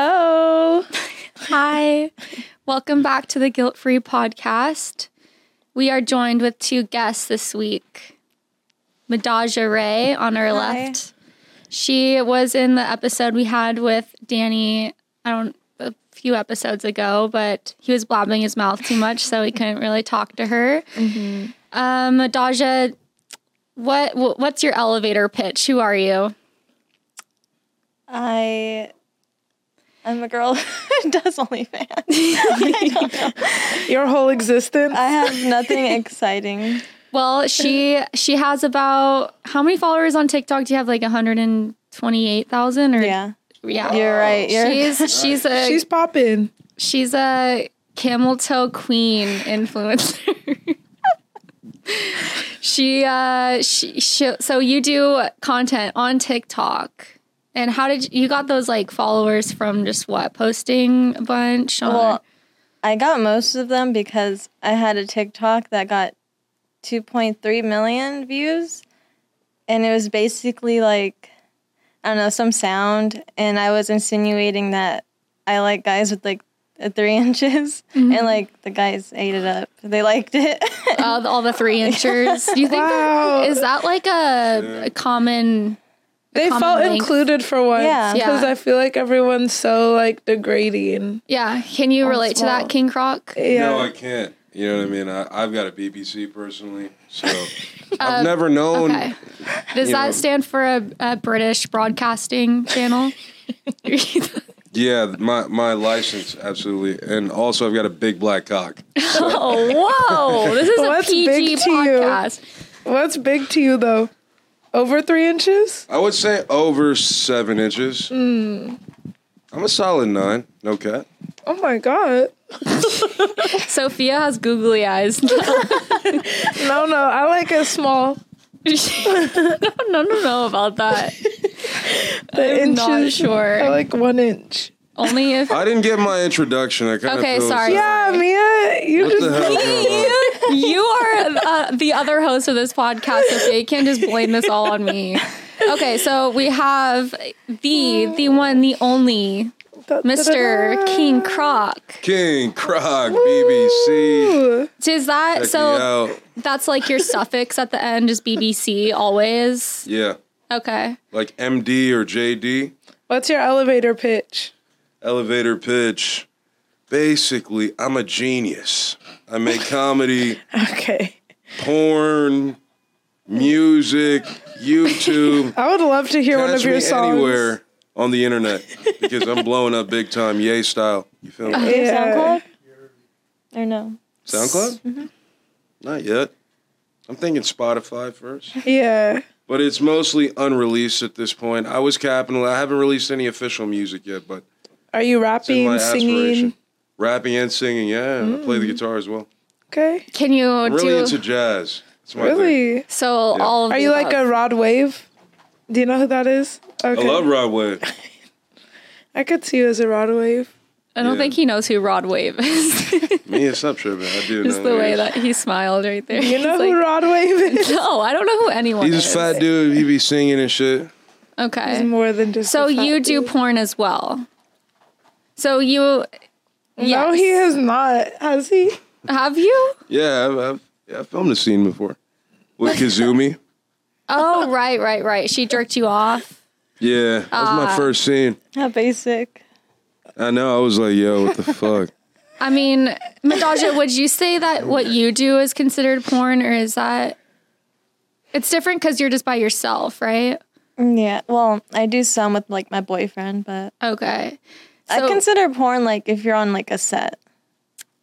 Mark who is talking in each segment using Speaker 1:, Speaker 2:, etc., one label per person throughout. Speaker 1: Hello. Hi. Welcome back to the Guilt Free Podcast. We are joined with two guests this week. Madaja Ray on our left. She was in the episode we had with Danny, I don't a few episodes ago, but he was blabbing his mouth too much, so we couldn't really talk to her. Um, Madaja, what wh- what's your elevator pitch? Who are you?
Speaker 2: I I'm a girl who does OnlyFans.
Speaker 3: Your whole existence?
Speaker 1: Uh,
Speaker 2: I have nothing exciting.
Speaker 1: Well, she she has about how many followers on TikTok? Do you have like 128,000 or
Speaker 2: Yeah.
Speaker 1: yeah.
Speaker 2: You're right. You're
Speaker 1: She's she's a
Speaker 3: She's popping.
Speaker 1: she's a camel toe queen influencer. she uh she, she so you do content on TikTok. And how did you, you got those like followers from just what? Posting a bunch on
Speaker 2: well, I got most of them because I had a TikTok that got 2.3 million views and it was basically like I don't know, some sound and I was insinuating that I like guys with like uh, three inches and like the guys ate it up. They liked it.
Speaker 1: all the, all the three inchers. Do you think
Speaker 3: Wow.
Speaker 1: that, is that like a, a common
Speaker 3: They
Speaker 1: common
Speaker 3: felt
Speaker 1: length.
Speaker 3: included for once.
Speaker 2: Yeah.
Speaker 3: Because
Speaker 1: Yeah.
Speaker 3: I feel like everyone's so like degrading.
Speaker 1: Yeah, can you relate to that,
Speaker 2: small.
Speaker 1: King Croc?
Speaker 3: Yeah.
Speaker 4: No, I can't. You know what I mean? I, I've got a BBC personally, so I've never known.
Speaker 1: Uh, Okay. Does
Speaker 4: You
Speaker 1: that
Speaker 4: know.
Speaker 1: stand for a, a British broadcasting channel?
Speaker 4: Yeah, my my license absolutely, and also I've got a big black cock.
Speaker 1: oh, whoa! This is
Speaker 3: What's
Speaker 1: a PG
Speaker 3: big to you?
Speaker 1: podcast.
Speaker 3: What's big to you though? Over three inches?
Speaker 4: I would say over seven inches.
Speaker 1: Mm.
Speaker 4: I'm a solid nine. No cat.
Speaker 3: Oh my god.
Speaker 1: Sophia has googly eyes. no,
Speaker 3: No, no. I like it small.
Speaker 1: no, no, no about that.
Speaker 3: The
Speaker 1: I'm
Speaker 3: inches.
Speaker 1: not
Speaker 3: I
Speaker 1: sure.
Speaker 3: like one inch.
Speaker 1: Only if
Speaker 4: I didn't get my introduction. I kind of
Speaker 1: Okay, sorry.
Speaker 3: Yeah, Mia, you
Speaker 4: What
Speaker 3: just
Speaker 4: the hell? is going on?
Speaker 1: you are uh, the other host of this podcast, so you can't just blame this all on me. Okay, so we have the the one, the only Mr. King Croc.
Speaker 4: King Croc BBC.
Speaker 3: Ooh.
Speaker 1: So Is that
Speaker 4: Check me
Speaker 1: so?
Speaker 4: out.
Speaker 1: That's like your suffix at the end, just BBC always.
Speaker 4: Yeah,
Speaker 1: Okay.
Speaker 4: like MD or JD.
Speaker 3: What's your elevator pitch?
Speaker 4: elevator pitch. Basically, I'm a genius. I make comedy,
Speaker 3: Okay.
Speaker 4: porn, music, YouTube.
Speaker 3: I would love to hear one
Speaker 4: Catch
Speaker 3: of your
Speaker 4: me
Speaker 3: songs.
Speaker 4: anywhere on the internet because I'm blowing up big time, yay style. You feel me?
Speaker 2: Your
Speaker 3: Yeah.
Speaker 2: SoundCloud? Or no?
Speaker 4: SoundCloud?
Speaker 3: Mm-hmm.
Speaker 4: Not yet. I'm thinking Spotify first.
Speaker 3: Yeah.
Speaker 4: But it's mostly unreleased at this point. I was capital. I haven't released any official music yet, but
Speaker 3: Are you
Speaker 4: it's in my
Speaker 3: rapping,
Speaker 4: aspiration.
Speaker 3: singing? Mm.
Speaker 4: Rapping and singing, yeah. I play the guitar as well.
Speaker 3: Okay.
Speaker 1: Can you
Speaker 4: really
Speaker 1: do
Speaker 4: into jazz. It's my thing.
Speaker 3: Really?
Speaker 1: so?
Speaker 4: Yeah.
Speaker 1: All of
Speaker 3: Are
Speaker 1: the
Speaker 3: you like a
Speaker 1: above.
Speaker 3: Rod Wave? Do you know who that is?
Speaker 4: I
Speaker 3: Okay.
Speaker 4: love Rod Wave.
Speaker 3: I could see you as a Rod Wave.
Speaker 1: I don't
Speaker 4: yeah.
Speaker 1: think he knows who Rod Wave is.
Speaker 4: Me and Sub Trippin. I do
Speaker 1: just
Speaker 4: know.
Speaker 1: the
Speaker 4: who he
Speaker 1: way
Speaker 4: is.
Speaker 1: that he smiled right there.
Speaker 3: You
Speaker 1: He's
Speaker 3: know
Speaker 1: like,
Speaker 3: who Rod Wave is?
Speaker 1: No, I don't know who anyone
Speaker 4: He's
Speaker 1: is.
Speaker 4: this fat dude. He be singing and shit.
Speaker 1: Okay.
Speaker 3: It's more than just.
Speaker 1: So
Speaker 3: a fat
Speaker 1: you do
Speaker 3: dude.
Speaker 1: porn as well. So you
Speaker 3: No,
Speaker 1: yes.
Speaker 3: he has not. Has he?
Speaker 1: have you?
Speaker 4: Yeah, I've, I've, yeah, I filmed a scene before with Kazumi.
Speaker 1: Oh right, right, right. She jerked you off.
Speaker 4: Yeah, that was
Speaker 1: Ah.
Speaker 4: my first scene.
Speaker 2: How basic.
Speaker 4: I know. I was like, yo, what the fuck?
Speaker 1: I mean, Madaja, would you say that what you do is considered porn or is that it's different because you're just by yourself, right?
Speaker 2: Yeah, well, I do some with like my boyfriend, but
Speaker 1: Okay.
Speaker 2: I
Speaker 1: Uh, So-
Speaker 2: consider porn like if you're on like a set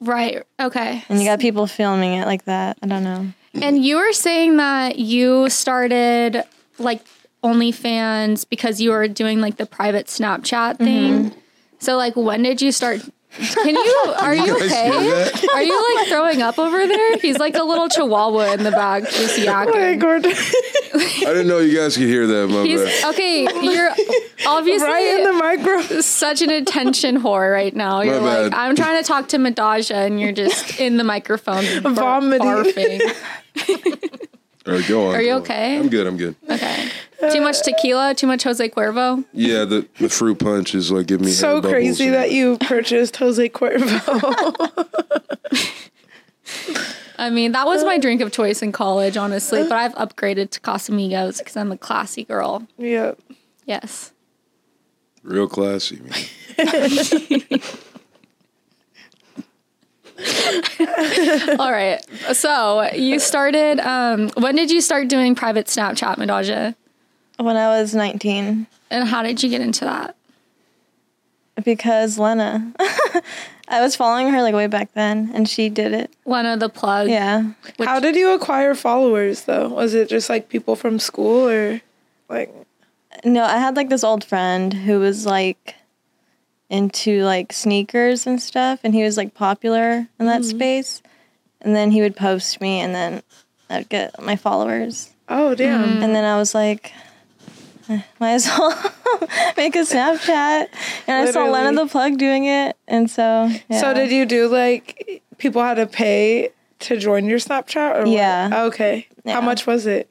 Speaker 1: Right. Okay.
Speaker 2: and you got people filming it like that. I don't know.
Speaker 1: And you were saying that you started like OnlyFans because you were doing like the private Snapchat thing. So like when did you start? Can you are you
Speaker 4: Guys hear
Speaker 1: okay?
Speaker 4: that?
Speaker 1: Are you like throwing up over there? He's like a little chihuahua in the back just
Speaker 3: Hey,
Speaker 1: yakking.
Speaker 3: Gordon.
Speaker 4: I didn't know you guys could hear that. My
Speaker 1: He's
Speaker 4: bad.
Speaker 1: okay. You're obviously
Speaker 3: right in the micro.
Speaker 1: such an attention whore right now. You're like,
Speaker 4: bad.
Speaker 1: I'm trying to talk to Madaja, and you're just in the microphone bar-
Speaker 3: Vomiting.
Speaker 1: barfing.
Speaker 4: All right, go on. Are
Speaker 1: you okay?
Speaker 4: I'm good. I'm good.
Speaker 1: Okay. Too much tequila, too much Jose Cuervo.
Speaker 4: Yeah, the, the fruit punch is like giving me
Speaker 3: so
Speaker 4: air bubbles
Speaker 3: crazy
Speaker 4: and-
Speaker 3: that you purchased Jose Cuervo.
Speaker 1: I mean, that was my drink of choice in college, honestly, but I've upgraded to Casamigos because I'm a classy girl.
Speaker 3: yeah.
Speaker 1: Yes.
Speaker 4: real classy. Man.
Speaker 1: All right. So you started, um, when did you start doing private Snapchat, Medaja?
Speaker 2: when I was 19
Speaker 1: And how did you get into that?
Speaker 2: because Lena. I was following her like way back then and she did it.
Speaker 1: Lena the plug.
Speaker 2: Yeah.
Speaker 1: Which-
Speaker 3: How did you acquire followers though? Was it just like people from school or like
Speaker 2: No, I had like this old friend who was like into like sneakers and stuff and he was like popular in that space. And then he would post me and then I'd get my followers.
Speaker 3: oh damn.
Speaker 2: And then I was like, eh, might as well make a Snapchat. And I saw Lena
Speaker 3: Literally.
Speaker 2: the Plug doing it. And so,
Speaker 1: Mm,
Speaker 2: yeah.
Speaker 3: So did you do like people had to pay to join your Snapchat or what?
Speaker 2: Yeah.
Speaker 3: Okay.
Speaker 2: Yeah.
Speaker 3: How much was it?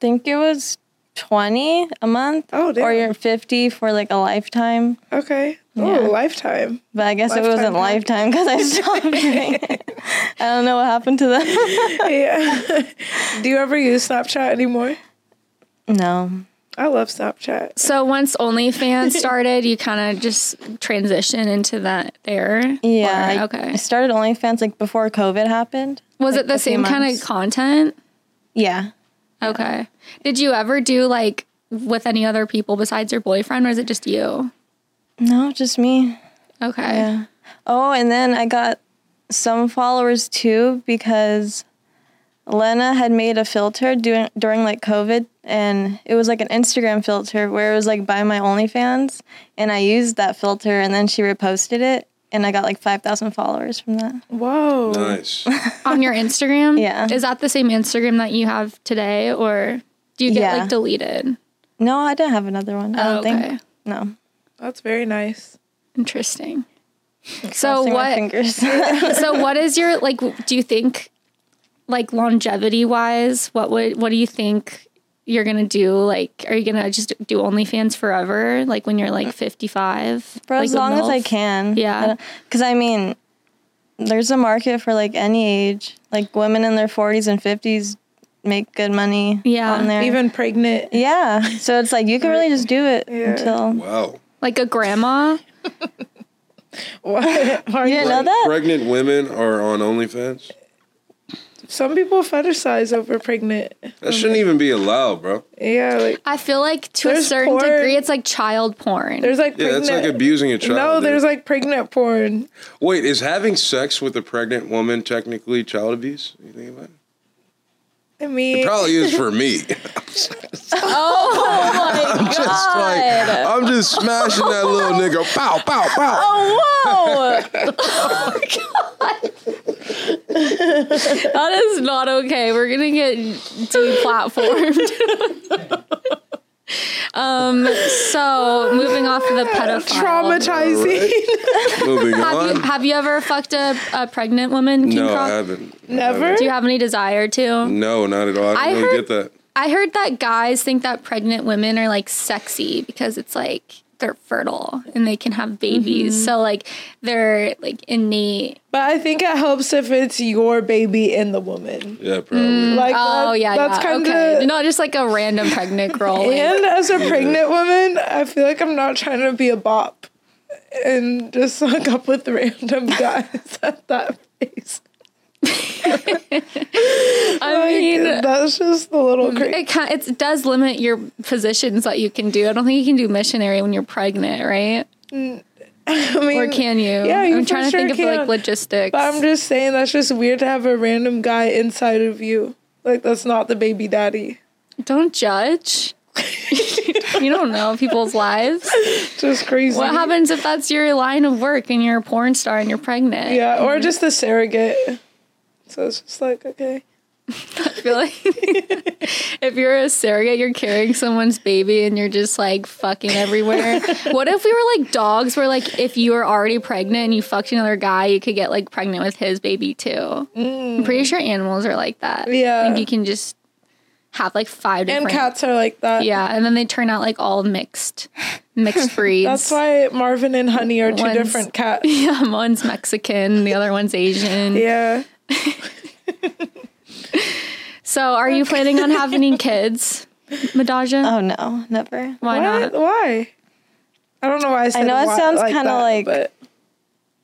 Speaker 2: think it was 20 a month
Speaker 3: Oh, damn.
Speaker 2: or you're 50 for like a lifetime.
Speaker 3: Okay.
Speaker 2: Yeah.
Speaker 3: Oh, lifetime.
Speaker 2: But I guess it
Speaker 3: Lifetime
Speaker 2: wasn't
Speaker 3: pack.
Speaker 2: lifetime because I stopped doing it. I don't know what happened to them.
Speaker 3: yeah. do you ever use Snapchat anymore?
Speaker 2: no.
Speaker 3: I love Snapchat.
Speaker 1: So once OnlyFans started, you kind of just transitioned into that there.
Speaker 2: Yeah.
Speaker 1: Or-
Speaker 2: I- I
Speaker 1: okay.
Speaker 2: started OnlyFans like before COVID happened.
Speaker 1: Was
Speaker 2: like,
Speaker 1: it the
Speaker 2: a few
Speaker 1: same kind of
Speaker 2: months.
Speaker 1: content?
Speaker 2: Yeah.
Speaker 1: Okay. Did you ever do like with any other people besides your boyfriend, or is it just you?
Speaker 2: No, just me.
Speaker 1: Okay.
Speaker 2: Yeah. Oh, and then I got some followers too because Lena had made a filter during during like COVID, and it was like an Instagram filter where it was like by my OnlyFans, and I used that filter, and then she reposted it, and I got like five thousand followers from that.
Speaker 3: Whoa.
Speaker 4: Nice.
Speaker 1: On your Instagram?
Speaker 2: Yeah.
Speaker 1: Is that the same Instagram that you have today, or do you get
Speaker 2: Yeah.
Speaker 1: like deleted?
Speaker 2: No, I didn't have another one. I
Speaker 1: Oh,
Speaker 2: don't
Speaker 1: okay.
Speaker 2: think. No.
Speaker 3: That's very nice.
Speaker 1: Interesting. So
Speaker 2: Crossing my
Speaker 1: what?
Speaker 2: Fingers.
Speaker 1: So what is your like? w- Do you think, like longevity wise, what would what do you think you're gonna do? Like, are you gonna just do OnlyFans forever? Like when you're like 55
Speaker 2: Uh, for
Speaker 1: like
Speaker 2: as
Speaker 1: with
Speaker 2: long as I
Speaker 1: MILF?
Speaker 2: can.
Speaker 1: Yeah.
Speaker 2: Because I mean, there's a market for like any age. Like women in their 40s and 50s make good money.
Speaker 1: Yeah.
Speaker 2: On there.
Speaker 3: Even pregnant.
Speaker 2: yeah. So it's like you can really just do it until.
Speaker 4: Wow.
Speaker 1: Like a grandma.
Speaker 3: What? Are
Speaker 2: You
Speaker 3: you-
Speaker 2: didn't know that?
Speaker 4: Pregnant women are on OnlyFans.
Speaker 3: Some people fetishize over pregnant.
Speaker 4: That shouldn't even be allowed, bro.
Speaker 3: Yeah, like
Speaker 1: I feel like to a
Speaker 3: There's
Speaker 1: certain
Speaker 3: porn.
Speaker 1: degree, it's like child porn.
Speaker 3: there's like
Speaker 4: Yeah,
Speaker 3: pregnant.
Speaker 4: that's like abusing a child.
Speaker 3: no,
Speaker 4: dude.
Speaker 3: there's like pregnant porn.
Speaker 4: Wait, is having sex with a pregnant woman technically child abuse? You think about it?
Speaker 3: I
Speaker 4: It
Speaker 3: mean,
Speaker 4: probably is for me.
Speaker 2: Oh my
Speaker 4: Just like I'm just smashing that little nigga. Pow, pow, pow.
Speaker 2: Oh, whoa.
Speaker 1: that is not okay. We're gonna get deplatformed. um. So moving off of the pedophile.
Speaker 3: traumatizing.
Speaker 4: Moving
Speaker 1: Have you,
Speaker 4: on.
Speaker 1: have you ever fucked a, a pregnant woman? King
Speaker 4: No,
Speaker 1: Croc?
Speaker 4: I haven't. I
Speaker 3: Never?
Speaker 4: haven't.
Speaker 1: Do you have any desire to?
Speaker 4: No, not at all. I
Speaker 1: I
Speaker 4: don't really
Speaker 1: heard-
Speaker 4: get that.
Speaker 1: I heard that guys think that pregnant women are like sexy because it's like they're fertile and they can have babies.
Speaker 3: Mm-hmm.
Speaker 1: So like they're like innate.
Speaker 3: But I think it helps if it's your baby and the woman.
Speaker 4: Yeah, probably.
Speaker 3: Like,
Speaker 1: Oh
Speaker 3: that-
Speaker 1: yeah,
Speaker 3: that's
Speaker 1: yeah.
Speaker 3: kind of.
Speaker 1: okay. Not just like a random pregnant girl. like-
Speaker 3: And as a pregnant woman, I feel like I'm not trying to be a bop and just hook up with random guys at that phase.
Speaker 1: I mean, mm,
Speaker 3: Like, uh, that's just a little crazy.
Speaker 1: it kind it does limit your positions that you can do. I don't think you can do missionary when you're pregnant, right?
Speaker 3: I mean,
Speaker 1: Or can you?
Speaker 3: yeah, you
Speaker 1: I'm
Speaker 3: for
Speaker 1: trying to
Speaker 3: sure
Speaker 1: think of like
Speaker 3: can.
Speaker 1: logistics.
Speaker 3: But I'm just saying that's just weird to have a random guy inside of you. Like that's not the baby daddy.
Speaker 1: don't judge. you don't know people's lives.
Speaker 3: Just crazy.
Speaker 1: What happens if that's your line of work and you're a porn star and you're pregnant?
Speaker 3: Yeah, or just the surrogate. So it's just like okay.
Speaker 1: I feel like if you're a surrogate, you're carrying someone's baby and you're just like fucking everywhere. what if we were like dogs where like if you were already pregnant and you fucked another guy, you could get like pregnant with his baby too? I'm pretty sure animals are like that.
Speaker 3: Mm. Yeah.
Speaker 1: Like you can just have like five different
Speaker 3: And cats are like that.
Speaker 1: Yeah, and then they turn out like all mixed mixed breeds.
Speaker 3: That's why Marvin and Honey are two
Speaker 1: One's-
Speaker 3: different cats.
Speaker 1: Yeah, one's Mexican, the other one's Asian.
Speaker 3: Yeah.
Speaker 1: So, are you planning on having kids, Madaja?
Speaker 3: Um,
Speaker 2: Oh no, never.
Speaker 1: Why
Speaker 3: Why?
Speaker 1: not?
Speaker 3: Why? I don't know why I said
Speaker 2: know it
Speaker 3: why
Speaker 2: sounds
Speaker 3: like
Speaker 2: kinda
Speaker 3: that,
Speaker 2: like-
Speaker 3: But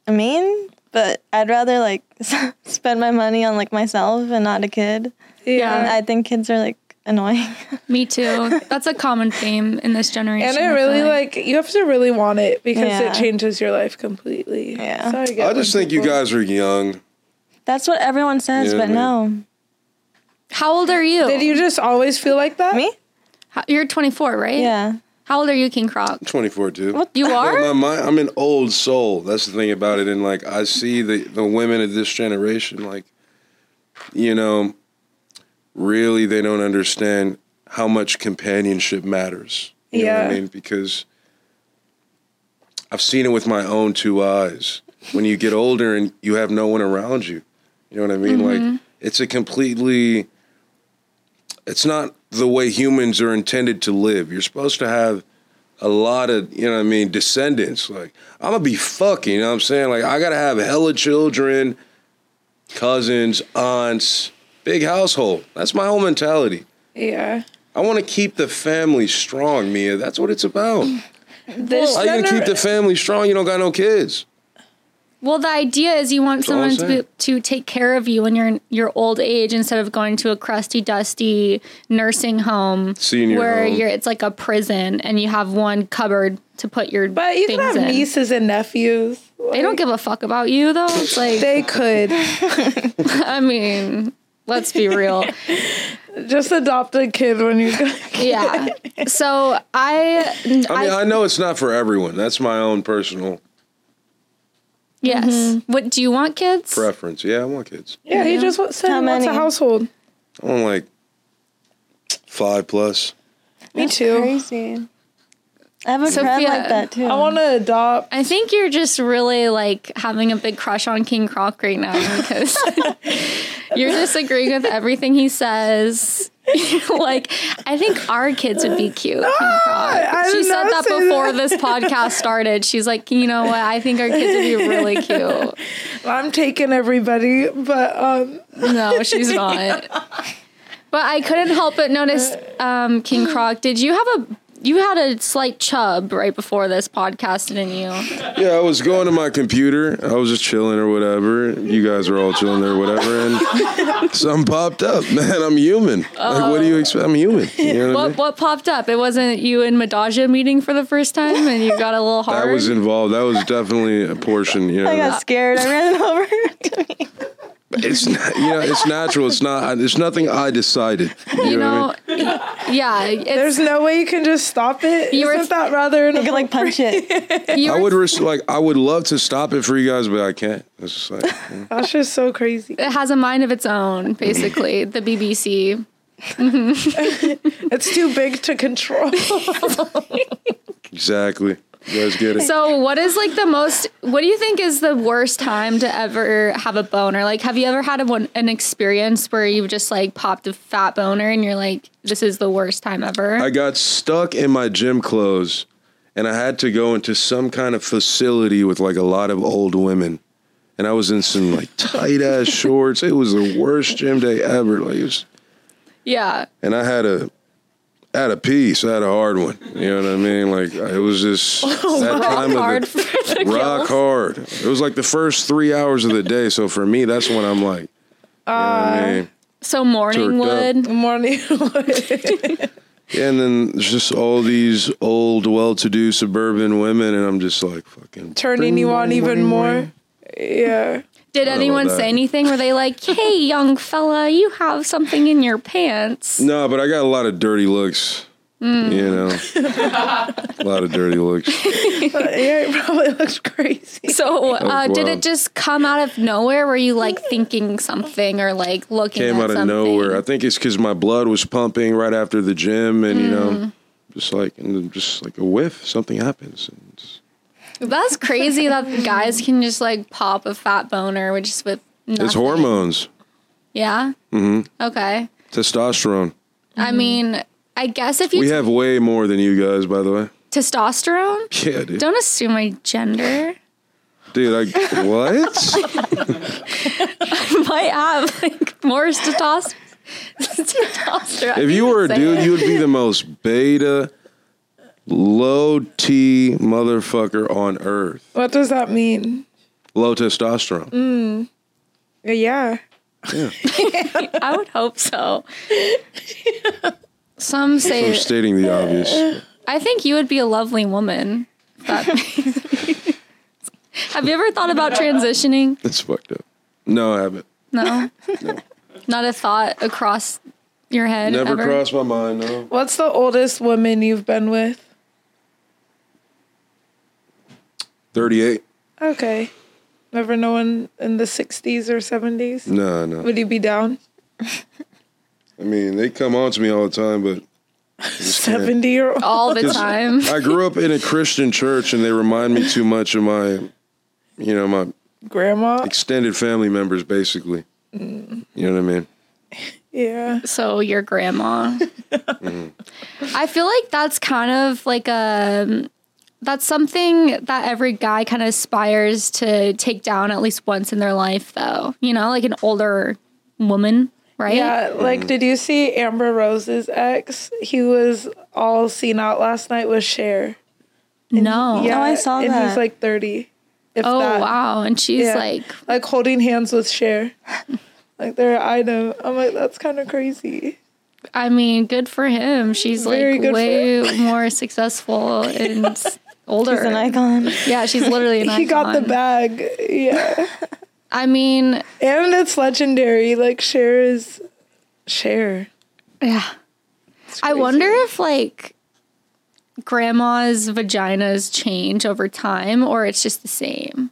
Speaker 2: I mean, but I'd rather like spend my money on like myself and not a kid. And
Speaker 3: yeah.
Speaker 2: I think kids are like annoying.
Speaker 1: Me too. That's a common theme in this generation.
Speaker 3: And it
Speaker 1: I feel
Speaker 3: really like you have to really want it because
Speaker 2: Yeah.
Speaker 3: it changes your life completely.
Speaker 2: Yeah.
Speaker 3: So I, get
Speaker 4: I just
Speaker 3: when
Speaker 4: think you
Speaker 3: people-
Speaker 4: guys are young.
Speaker 2: That's what everyone says,
Speaker 4: Yeah,
Speaker 2: but
Speaker 4: me-
Speaker 2: no.
Speaker 1: How old are you?
Speaker 3: Did you just always feel like that?
Speaker 2: Me?
Speaker 1: How- You're 24, right?
Speaker 2: Yeah.
Speaker 1: How old are you, King Croc?
Speaker 4: 24 too.
Speaker 1: You
Speaker 4: But
Speaker 1: are?
Speaker 4: my mind, I'm an old soul. That's the thing about it. And like, I see the, the women of this generation, like, you know, really they don't understand how much companionship matters. You know what
Speaker 3: Yeah.
Speaker 4: I mean? Because I've seen it with my own two eyes. When you get older and you have no one around you, you know what I mean? Like, it's a completely, it's not the way humans are intended to live. You're supposed to have a lot of, you know what I mean, descendants. Like, I'm gonna be fucking, you know what I'm saying? Like, I gotta have hella children, cousins, aunts, big household. That's my whole mentality.
Speaker 3: Yeah.
Speaker 4: I wanna keep the family strong, Mia. That's what it's about.
Speaker 3: This
Speaker 4: How you gonna keep
Speaker 3: gener-
Speaker 4: the family strong? You don't got no kids.
Speaker 1: Well, the idea is you want
Speaker 4: all I'm
Speaker 1: someone to, be, to take care of you when you're in your old age instead of going to a crusty, dusty nursing home
Speaker 4: Senior
Speaker 1: where
Speaker 4: home.
Speaker 1: you're it's like a prison and you have one cupboard to put your
Speaker 3: but you can
Speaker 1: things
Speaker 3: have
Speaker 1: in.
Speaker 3: nieces and nephews.
Speaker 1: They don't give a fuck about you though. It's like
Speaker 3: They could
Speaker 1: I mean, let's be real.
Speaker 3: just adopt a kid when you go.
Speaker 1: Yeah. So I,
Speaker 4: I mean, I, know it's not for everyone. That's my own personal
Speaker 1: yes.
Speaker 3: Mm-hmm.
Speaker 1: What do you want kids?
Speaker 4: preference. Yeah, I want kids.
Speaker 3: Yeah, he just wa- said
Speaker 2: How
Speaker 3: he wants a
Speaker 2: many?
Speaker 3: household.
Speaker 4: I want like five plus.
Speaker 3: Me
Speaker 2: That's
Speaker 3: too.
Speaker 2: Crazy. I have a friend
Speaker 1: Sophia,
Speaker 2: like that too.
Speaker 3: I want to adopt.
Speaker 1: I think you're just really like having a big crush on King Croc right now because you're disagreeing with everything he says. like, I think our kids would be cute. King Croc.
Speaker 3: I
Speaker 1: She
Speaker 3: did
Speaker 1: said
Speaker 3: not
Speaker 1: that
Speaker 3: say
Speaker 1: before this podcast started. She's like, you know what? I think our kids would be really cute.
Speaker 3: I'm taking everybody, but um,
Speaker 1: No, she's not. But I couldn't help but notice, um, King Croc. Did you have a you had a slight chub right before this podcast, didn't you?
Speaker 4: Yeah, I was going to my computer. I was just chilling or whatever. You guys were all chilling or whatever, and something popped up. Man, I'm human. Like, what do you expect? I'm human. You know what I
Speaker 1: What
Speaker 4: mean?
Speaker 1: what popped up? It wasn't you and Madaja meeting for the first time, and you got a little hard.
Speaker 4: That was involved. That was definitely a portion. You know,
Speaker 2: I got scared. I ran over.
Speaker 4: it's not, you know, it's natural. It's not. It's nothing I decided. You,
Speaker 1: you
Speaker 4: know,
Speaker 1: know, yeah. It's,
Speaker 3: there's no way you can just stop it.
Speaker 1: You were-
Speaker 3: Isn't that rather?
Speaker 2: I could like punch it.
Speaker 1: you
Speaker 4: what I, mean? I
Speaker 1: were-
Speaker 4: would res- like. I would love to stop it for you guys, but I can't. It's just like you know.
Speaker 3: That's just so crazy.
Speaker 1: it has a mind of its own, basically. the BBC.
Speaker 3: It's too big to control.
Speaker 4: exactly. You guys get it.
Speaker 1: So, what is like the most? What do you think is the worst time to ever have a boner? Like, have you ever had a, one, an experience where you've just like popped a fat boner and you're like, this is the worst time ever?
Speaker 4: I got stuck in my gym clothes and I had to go into some kind of facility with like a lot of old women. And I was in some like tight ass shorts. It was the worst gym day ever. Like it was,
Speaker 1: yeah,
Speaker 4: and I had a I had a piece. I had a hard one. You know what I mean? Like it was just that time
Speaker 1: hard
Speaker 4: of
Speaker 1: for
Speaker 4: the,
Speaker 1: the girls.
Speaker 4: rock hard. It was like the first three hours of the day. So for me, that's when I'm like, you know what I
Speaker 1: Uh.
Speaker 4: mean?
Speaker 1: So morning
Speaker 4: Jerked
Speaker 1: wood.
Speaker 3: Morning.
Speaker 4: Yeah, and then there's just all these old, well-to-do suburban women, and I'm just like fucking
Speaker 3: Turning you on even more. Yeah.
Speaker 1: Did anyone
Speaker 4: that.
Speaker 1: say anything? Were they like, hey, young fella, you have something in your pants?
Speaker 4: No, but I got a lot of dirty looks.
Speaker 1: Hmm.
Speaker 4: You know, a lot of dirty looks.
Speaker 3: But yeah, it probably looks crazy.
Speaker 1: So, uh, did
Speaker 4: Oh, wow.
Speaker 1: it just come out of nowhere? Were you like thinking something or like looking
Speaker 4: Came
Speaker 1: at
Speaker 4: out of
Speaker 1: something?
Speaker 4: nowhere. I think it's because my blood was pumping right after the gym, and you know, just like and then just like a whiff, something happens. And it's,
Speaker 1: That's crazy that guys can just like pop a fat boner with just with nothing.
Speaker 4: it's hormones,
Speaker 1: Yeah. Okay.
Speaker 4: testosterone.
Speaker 1: I mean, I guess if you
Speaker 4: We
Speaker 1: t-
Speaker 4: have way more than you guys, by the way.
Speaker 1: testosterone,
Speaker 4: Yeah, dude.
Speaker 1: don't assume my gender.
Speaker 4: Dude, I, what?
Speaker 1: might have like more testosterone. testosterone.
Speaker 4: if you were a dude, you would be the most beta, low T motherfucker on earth.
Speaker 3: What does that mean?
Speaker 4: Low testosterone.
Speaker 1: Mm.
Speaker 3: Yeah.
Speaker 4: Yeah.
Speaker 1: I would hope so. Some
Speaker 4: I'm
Speaker 1: say
Speaker 4: stating the obvious.
Speaker 1: I think you would be a lovely woman. if that have you ever thought about transitioning?
Speaker 4: It's fucked up. No, I haven't.
Speaker 1: No, not a thought across your head.
Speaker 4: Never
Speaker 1: ever?
Speaker 4: crossed my mind, no.
Speaker 3: What's the oldest woman you've been with?
Speaker 4: 38?
Speaker 3: Okay. Never no one in the 60s or 70s?
Speaker 4: No, no.
Speaker 3: Would you be down?
Speaker 4: I mean, they come on to me all the time, but
Speaker 3: 70 year old?
Speaker 1: all the
Speaker 4: Just-
Speaker 1: time.
Speaker 4: I grew up in a Christian church, and they remind me too much of my, you know, my
Speaker 3: Grandma?
Speaker 4: extended family members, basically. You know what I mean?
Speaker 3: Yeah.
Speaker 1: So your grandma.
Speaker 3: Mm-hmm.
Speaker 1: I feel like that's kind of like a that's something that every guy kind of aspires to take down at least once in their life though. You know, like an older woman, right?
Speaker 3: Yeah, like, did you see Amber Rose's ex? He was all seen out last night with Cher.
Speaker 1: No.
Speaker 2: Oh, I saw
Speaker 3: and he's
Speaker 2: that.
Speaker 3: like 30. If
Speaker 1: Oh
Speaker 3: that.
Speaker 1: wow. And she's
Speaker 3: Yeah.
Speaker 1: like
Speaker 3: Like holding hands with Cher. Like they're an item. I'm like, that's kind of crazy.
Speaker 1: I mean, good for him. She's
Speaker 3: Very
Speaker 1: like
Speaker 3: good for
Speaker 1: way more successful and s- older.
Speaker 2: She's an icon.
Speaker 1: Yeah, she's literally an
Speaker 3: He got the
Speaker 1: icon.
Speaker 3: bag. Yeah.
Speaker 1: I mean,
Speaker 3: and it's legendary. Like Cher is Cher.
Speaker 1: Yeah. I
Speaker 3: crazy.
Speaker 1: wonder if like grandma's vaginas change over time or it's just the same.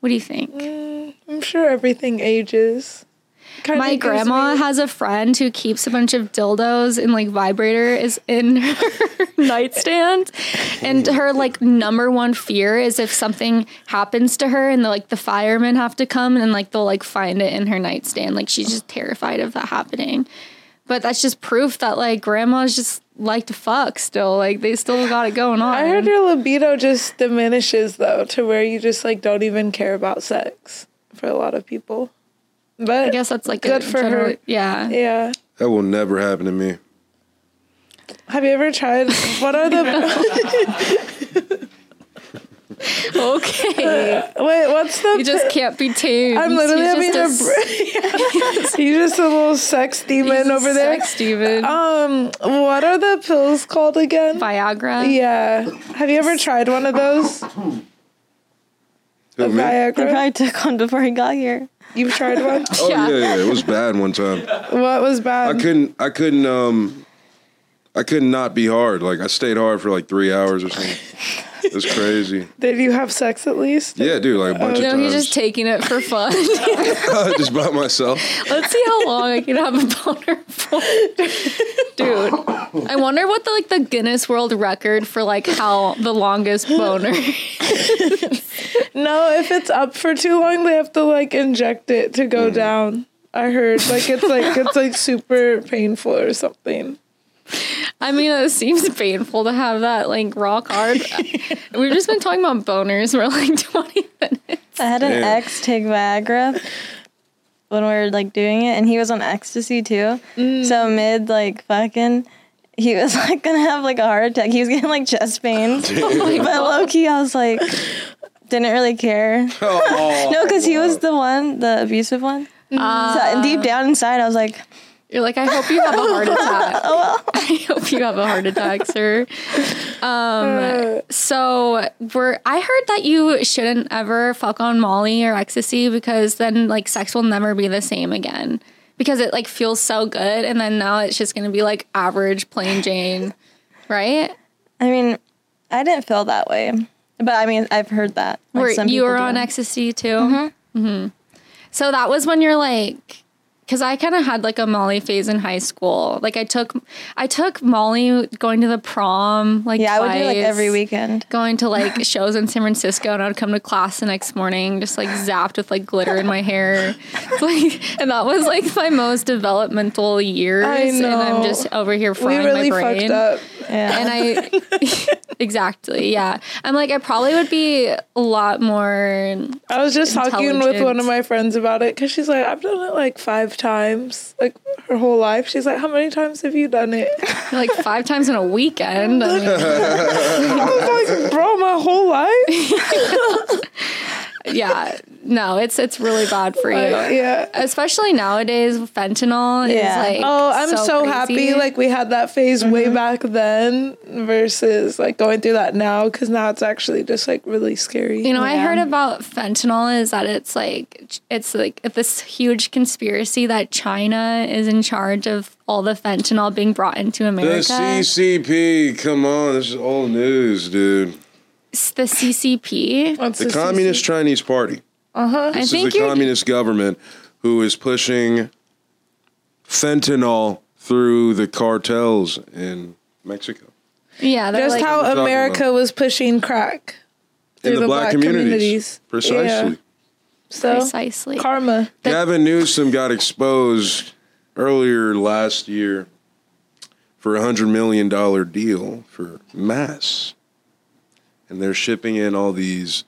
Speaker 1: What do you think?
Speaker 3: I'm sure everything ages. Kinda
Speaker 1: My
Speaker 3: gives
Speaker 1: grandma
Speaker 3: me-
Speaker 1: has a friend who keeps a bunch of dildos and like vibrator is in her nightstand. And her like number one fear is if something happens to her and the like the firemen have to come and like they'll like find it in her nightstand. Like she's just terrified of that happening. But that's just proof that like grandmas just like to fuck still. Like they still got it going on.
Speaker 3: I heard your libido just diminishes though, to where you just like don't even care about sex for a lot of people. But
Speaker 1: I guess that's like
Speaker 3: good
Speaker 1: a
Speaker 3: for
Speaker 1: general-
Speaker 3: her.
Speaker 1: Yeah.
Speaker 3: Yeah.
Speaker 4: That will never happen to me.
Speaker 3: Have you ever tried? What are the
Speaker 1: Okay.
Speaker 3: wait? What's the?
Speaker 1: you just can't be tamed.
Speaker 3: I'm literally
Speaker 1: He's
Speaker 3: having
Speaker 1: just
Speaker 3: a.
Speaker 1: s-
Speaker 3: br- You're just a little sex demon
Speaker 1: he's a
Speaker 3: over there.
Speaker 1: sex demon.
Speaker 3: Um, what are the pills called again?
Speaker 1: Viagra.
Speaker 3: Yeah. Have you ever tried one of those?
Speaker 4: Who,
Speaker 3: The
Speaker 4: me?
Speaker 3: Viagra.
Speaker 2: They probably took one before he got here.
Speaker 3: You've tried one.
Speaker 4: Oh yeah. yeah, It was bad one time.
Speaker 3: what was
Speaker 4: I
Speaker 3: bad?
Speaker 4: couldn't. I couldn't. Um, I could not be hard. Like I stayed hard for like three hours or something. It was crazy.
Speaker 3: Did you have sex at least?
Speaker 4: Yeah, dude, like a bunch of
Speaker 1: No,
Speaker 4: times.
Speaker 1: he's just taking it for fun.
Speaker 4: just by myself.
Speaker 1: Let's see how long I can have a boner for. Dude, I wonder what the like the Guinness World Record for like how the longest boner.
Speaker 3: No, if it's up for too long, they have to like inject it to
Speaker 1: Hmm.
Speaker 3: go down. I heard like it's like it's like super painful or something.
Speaker 1: I mean, it seems painful to have that like rock hard. We've just been talking about boners for like 20 minutes.
Speaker 2: I had an
Speaker 4: Damn.
Speaker 2: ex take Viagra when we were like doing it, and he was on ecstasy too. So mid like fucking, he was like gonna have like a heart attack. He was getting like chest pains, but low key I was like, didn't really care.
Speaker 4: Oh,
Speaker 2: No, because he was the one, the abusive one. So, and deep down inside, I was like,
Speaker 1: You're like, I hope you have a heart attack. I hope you have a heart attack, sir. Um, so we're. I heard that you shouldn't ever fuck on Molly or ecstasy because then like sex will never be the same again because it like feels so good and then now it's just gonna be like average plain Jane, right?
Speaker 2: I mean, I didn't feel that way, but I mean, I've heard that. like,
Speaker 1: Where
Speaker 2: some Mm-hmm.
Speaker 1: you
Speaker 2: people
Speaker 1: were
Speaker 2: do.
Speaker 1: Mm-hmm. on ecstasy too. hmm So that was when you're like, because I kind of had like a Molly phase in high school. Like I took, I took Molly going to the prom. Like
Speaker 2: Yeah, I would do like
Speaker 1: twice,
Speaker 2: every weekend.
Speaker 1: Going to like shows in San Francisco, and I would come to class the next morning just like zapped with like glitter in my hair. It's like, and that was like my most developmental years.
Speaker 3: I
Speaker 1: And I'm
Speaker 3: know.
Speaker 1: just over here
Speaker 3: We
Speaker 1: frying
Speaker 3: really
Speaker 1: my brain
Speaker 3: fucked up.
Speaker 2: Yeah.
Speaker 1: and I exactly, yeah. I'm like, I probably would be a lot more.
Speaker 3: I was just talking with one
Speaker 1: Intelligence.
Speaker 3: of my friends about it because she's like, I've done it like five times, like her whole life. She's like, How many times have you done it?
Speaker 1: Like five times in a weekend. I mean,
Speaker 3: I was like, Bro, my whole life.
Speaker 1: yeah, no, it's it's really bad for
Speaker 3: Like,
Speaker 1: you,
Speaker 3: yeah.
Speaker 1: especially nowadays. Fentanyl
Speaker 2: Yeah.
Speaker 1: is like
Speaker 3: Oh, I'm so, happy.
Speaker 1: crazy. Mm-hmm.
Speaker 3: Like we had that phase way back then versus like going through that now because now it's actually just like really scary.
Speaker 1: You know, I
Speaker 2: Yeah.
Speaker 1: heard about fentanyl is that it's like it's like this huge conspiracy that China is in charge of all the fentanyl being brought into
Speaker 4: The
Speaker 1: America.
Speaker 4: CCP, come on, this is old news, dude.
Speaker 1: It's the CCP.
Speaker 3: What's
Speaker 4: The
Speaker 3: this-
Speaker 4: Communist Chinese Party.
Speaker 1: I
Speaker 4: This is
Speaker 1: think
Speaker 4: the
Speaker 1: you're
Speaker 4: communist government who is pushing fentanyl through the cartels in Mexico.
Speaker 1: yeah. they're
Speaker 3: Just
Speaker 1: like-
Speaker 3: how
Speaker 4: talking
Speaker 3: America was pushing crack
Speaker 4: in
Speaker 3: Through
Speaker 4: the,
Speaker 3: the
Speaker 4: black,
Speaker 3: black communities.
Speaker 4: communities. Precisely.
Speaker 3: Yeah. So
Speaker 1: Precisely.
Speaker 3: karma.
Speaker 4: Gavin Newsom got exposed earlier last year for a $100 million deal for mass. And they're shipping in all these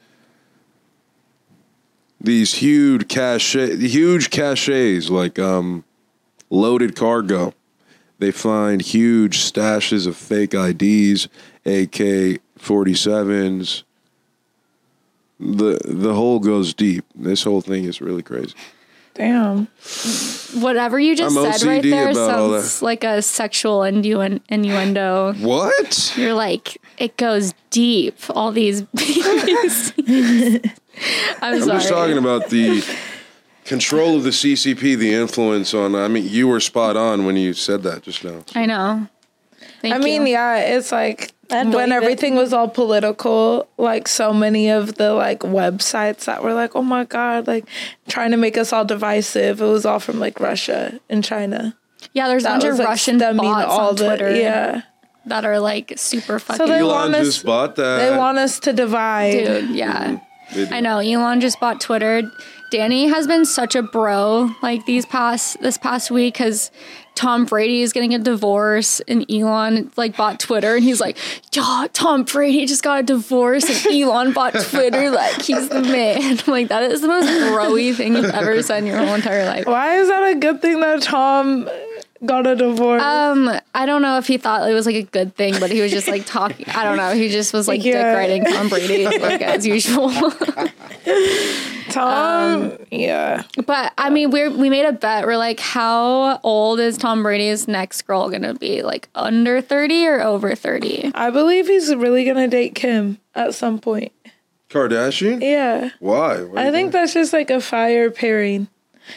Speaker 4: these huge cachet huge cachets like um loaded cargo. They find huge stashes of fake IDs, AK 47s. The the hole goes deep. This whole thing is really crazy.
Speaker 3: Damn.
Speaker 1: Whatever you just
Speaker 4: I'm
Speaker 1: said right
Speaker 4: OCD
Speaker 1: there
Speaker 4: about all
Speaker 1: sounds like a sexual innuen- innuendo.
Speaker 4: What?
Speaker 1: You're like, it goes deep. All these babies. I'm,
Speaker 4: I'm
Speaker 1: sorry.
Speaker 4: just talking about the control of the CCP, the influence on. I mean, you were spot on when you said that just now.
Speaker 1: I know. Thank
Speaker 3: I mean,
Speaker 1: you.
Speaker 3: yeah, it's like
Speaker 2: I believe
Speaker 3: when
Speaker 2: it.
Speaker 3: everything was all political, like so many of the like websites that were like, oh my god, like trying to make us all divisive. It was all from like Russia and China.
Speaker 1: yeah. There's a
Speaker 3: That
Speaker 1: bunch
Speaker 3: was
Speaker 1: of
Speaker 3: like
Speaker 1: Russian
Speaker 3: stemming
Speaker 1: bots on Twitter
Speaker 3: yeah.
Speaker 1: that are like super fucking.
Speaker 3: they-
Speaker 4: Elon
Speaker 3: want us-
Speaker 4: just bought that.
Speaker 3: They want us to divide.
Speaker 1: dude, yeah.
Speaker 4: They do.
Speaker 1: I know Elon just bought Twitter. Danny has been such a bro like these past this past week because Tom Brady is getting a divorce and Elon like bought Twitter and he's like, yeah, Tom Brady just got a divorce and Elon bought Twitter like he's the man. I'm like that is the most broy thing you've ever said in your whole entire life.
Speaker 3: Why is that a good thing that Tom got a divorce?
Speaker 1: Um, I don't know if he thought it was like a good thing, but he was just like talking. I don't know. He just was like
Speaker 3: Yeah.
Speaker 1: dick riding Tom Brady like as usual.
Speaker 3: Tom,
Speaker 1: um,
Speaker 3: yeah.
Speaker 1: But I mean, we are we made a bet. We're like, how old is Tom Brady's next girl gonna be? Like under thirty or over thirty?
Speaker 3: I believe he's really gonna date Kim at some point.
Speaker 4: Kardashian.
Speaker 3: Yeah.
Speaker 4: Why? What do
Speaker 3: I
Speaker 4: you
Speaker 3: think that's just like a fire pairing.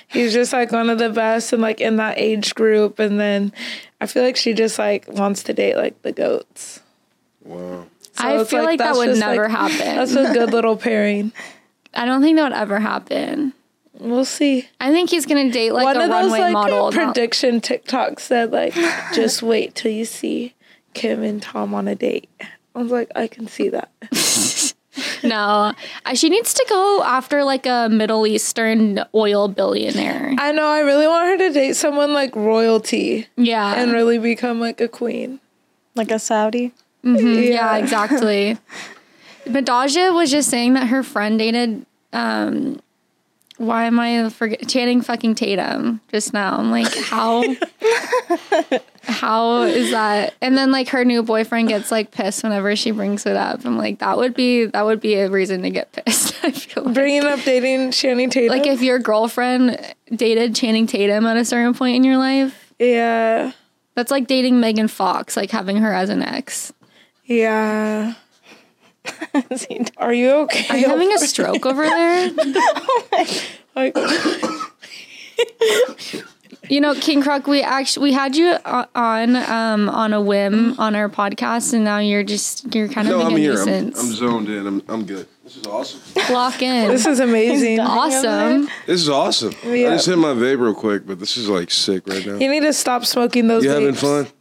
Speaker 3: He's just like one of the best and like in that age group and then I feel like she just like wants to date like the goats.
Speaker 4: Wow.
Speaker 1: I
Speaker 3: it's
Speaker 1: feel like, that
Speaker 3: that's
Speaker 1: would
Speaker 3: just,
Speaker 1: never
Speaker 3: like- That's
Speaker 1: happen.
Speaker 3: a good little pairing.
Speaker 1: I don't think that would ever happen.
Speaker 3: We'll see.
Speaker 1: I think he's gonna date like
Speaker 3: one
Speaker 1: a
Speaker 3: of those
Speaker 1: runway
Speaker 3: like
Speaker 1: model. not-
Speaker 3: prediction TikTok said like just wait till you see Kim and Tom on a date. I was like, I can see that.
Speaker 1: no, Uh, she needs to go after like a Middle Eastern oil billionaire.
Speaker 3: I know I really want her to date someone like royalty
Speaker 1: yeah,
Speaker 3: and really become like a queen.
Speaker 2: like a Saudi.
Speaker 1: Yeah, exactly. Madaja was just saying that her friend dated. Um, why am I forget Channing fucking Tatum just now? I'm like, how? how is that? And then like her new boyfriend gets like pissed whenever she brings it up. I'm like, that would be that would be a reason to get pissed. I feel like.
Speaker 3: Bringing up dating Channing Tatum.
Speaker 1: Like if your girlfriend dated Channing Tatum at a certain point in your life,
Speaker 3: yeah.
Speaker 1: that's like dating Megan Fox, like having her as an ex.
Speaker 3: Yeah. Are you okay?
Speaker 1: Are you having a stroke over there?
Speaker 3: Like,
Speaker 1: You know, King Croc, we actually we had you o- on um on a whim on our podcast, and now you're just you're kind of
Speaker 4: No,
Speaker 1: being
Speaker 4: I'm
Speaker 1: a
Speaker 4: here. I'm, I'm
Speaker 1: nuisance.
Speaker 4: zoned in. I'm, I'm good. This is awesome.
Speaker 1: Lock in.
Speaker 3: This is amazing.
Speaker 1: awesome.
Speaker 4: This is awesome.
Speaker 3: Yeah.
Speaker 4: I just hit my vape real quick, but this is like sick right now.
Speaker 3: You need to stop smoking those.
Speaker 4: You having
Speaker 3: vapes.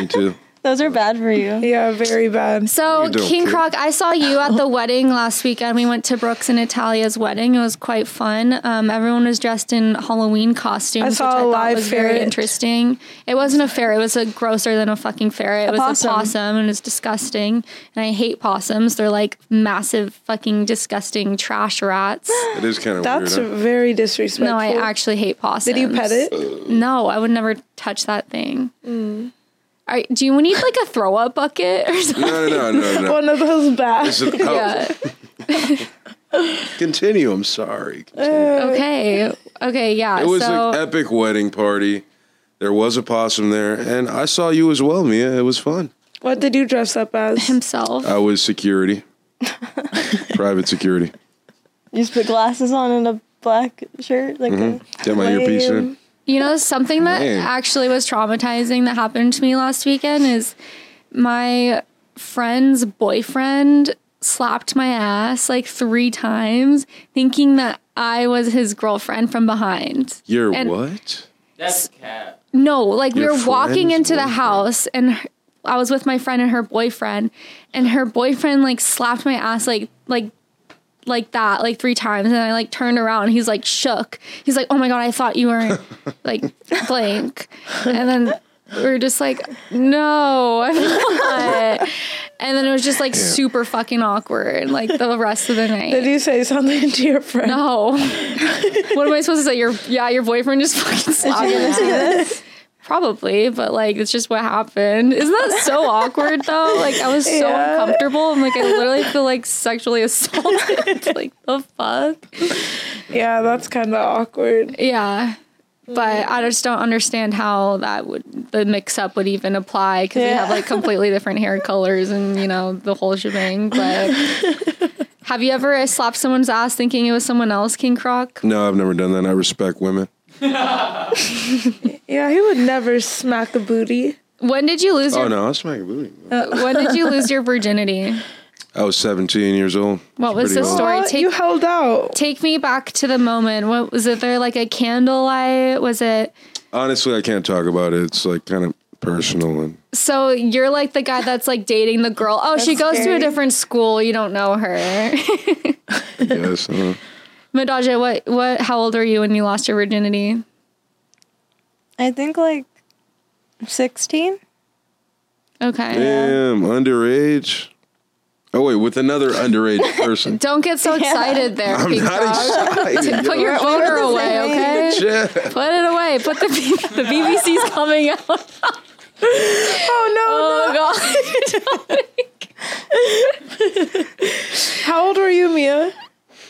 Speaker 4: Me too.
Speaker 2: Those are bad for you.
Speaker 3: Yeah, very bad.
Speaker 1: So
Speaker 4: You don't
Speaker 1: King
Speaker 4: care.
Speaker 1: Croc, I saw you at
Speaker 3: Oh.
Speaker 1: the wedding last weekend. We went to Brooks and Italia's wedding. It was quite fun. Um, everyone was dressed in Halloween costumes,
Speaker 3: I saw
Speaker 1: which I
Speaker 3: a
Speaker 1: thought
Speaker 3: live
Speaker 1: was very
Speaker 3: ferret.
Speaker 1: interesting. It wasn't a ferret; it was a grosser than a fucking ferret. It was
Speaker 2: possum.
Speaker 1: a possum, and it's disgusting. And I hate possums. They're like massive, fucking disgusting trash rats.
Speaker 4: It is kind of weird.
Speaker 3: That's
Speaker 4: huh?
Speaker 3: very disrespectful.
Speaker 1: no, I actually hate possums.
Speaker 3: Did you pet it? Mm.
Speaker 1: No, I would never touch that thing. All right, do you need like a throw up bucket or something?
Speaker 4: No, no, no, no.
Speaker 3: One of those bad.
Speaker 4: Listen, oh,
Speaker 1: Yeah.
Speaker 4: Continue. I'm sorry.
Speaker 3: Uh,
Speaker 1: Okay. Okay. Yeah.
Speaker 4: It was
Speaker 1: so
Speaker 4: an epic wedding party. There was a possum there, and I saw you as well, Mia. It was fun.
Speaker 3: What did you dress up as?
Speaker 1: himself.
Speaker 4: I was security, private security.
Speaker 2: You just put glasses on and a black shirt. Like
Speaker 4: Get my
Speaker 2: Lame.
Speaker 4: earpiece in.
Speaker 1: You know, something that
Speaker 4: Man.
Speaker 1: actually was traumatizing that happened to me last weekend is my friend's boyfriend slapped my ass like three times, thinking that I was his girlfriend from behind.
Speaker 4: You're
Speaker 1: And-
Speaker 4: what?
Speaker 5: That's cat.
Speaker 1: No, like we
Speaker 4: Your
Speaker 1: were walking
Speaker 4: friend's
Speaker 1: into the
Speaker 4: boyfriend.
Speaker 1: house and her- I was with my friend and her boyfriend and her boyfriend like slapped my ass like like like that like three times and I like turned around and he's like shook. He's like, "Oh my god, I thought you were like blank." And then we were just like, "No, I'm not." And then it was just like super fucking awkward like the rest of the night.
Speaker 3: Did you say something to your friend?
Speaker 1: No. Oh. what am I supposed to say? Your yeah, your boyfriend just fucking slapped me. Probably, but like it's just what happened. Isn't that so awkward though? Like I was so
Speaker 3: Yeah.
Speaker 1: uncomfortable. I'm like I literally feel like sexually assaulted. like the fuck.
Speaker 3: Yeah, that's kind of awkward.
Speaker 1: Yeah. But I just don't understand how that would the mix up would even apply because they
Speaker 2: Yeah.
Speaker 1: have like completely different hair colors and you know the whole shebang. But have you ever uh, slapped someone's ass thinking it was someone else, King Croc?
Speaker 4: No, I've never done that. I respect women.
Speaker 3: Yeah, he would never smack a booty.
Speaker 1: When did you lose
Speaker 4: Oh
Speaker 1: your
Speaker 4: no, I smack a booty.
Speaker 1: When did you lose your virginity?
Speaker 4: I was 17 years old.
Speaker 1: What was
Speaker 4: pretty
Speaker 1: the
Speaker 4: old.
Speaker 1: story?
Speaker 3: What?
Speaker 1: Take
Speaker 3: you held out.
Speaker 1: take me back to the moment. What was it? There like a candlelight? Was it?
Speaker 4: Honestly, I can't talk about it. It's like kind of personal and
Speaker 1: So you're like the guy that's like dating the girl. Oh, she goes to a
Speaker 3: scary.
Speaker 1: different school. You don't know her.
Speaker 4: yes. Uh,
Speaker 1: Madaja, what what? How old were you when you lost your virginity?
Speaker 2: I think like sixteen.
Speaker 1: Okay.
Speaker 4: damn, underage. Oh wait, with another underage person.
Speaker 1: Don't get so excited there,
Speaker 4: I'm
Speaker 1: Pink
Speaker 4: not
Speaker 1: Frog.
Speaker 4: excited.
Speaker 1: Put your boner away, okay?
Speaker 4: yo. Yeah.
Speaker 1: Put it away. Put the the BBC's coming out.
Speaker 3: Oh
Speaker 1: Oh
Speaker 3: no!
Speaker 1: god.
Speaker 3: How old were you, Mia?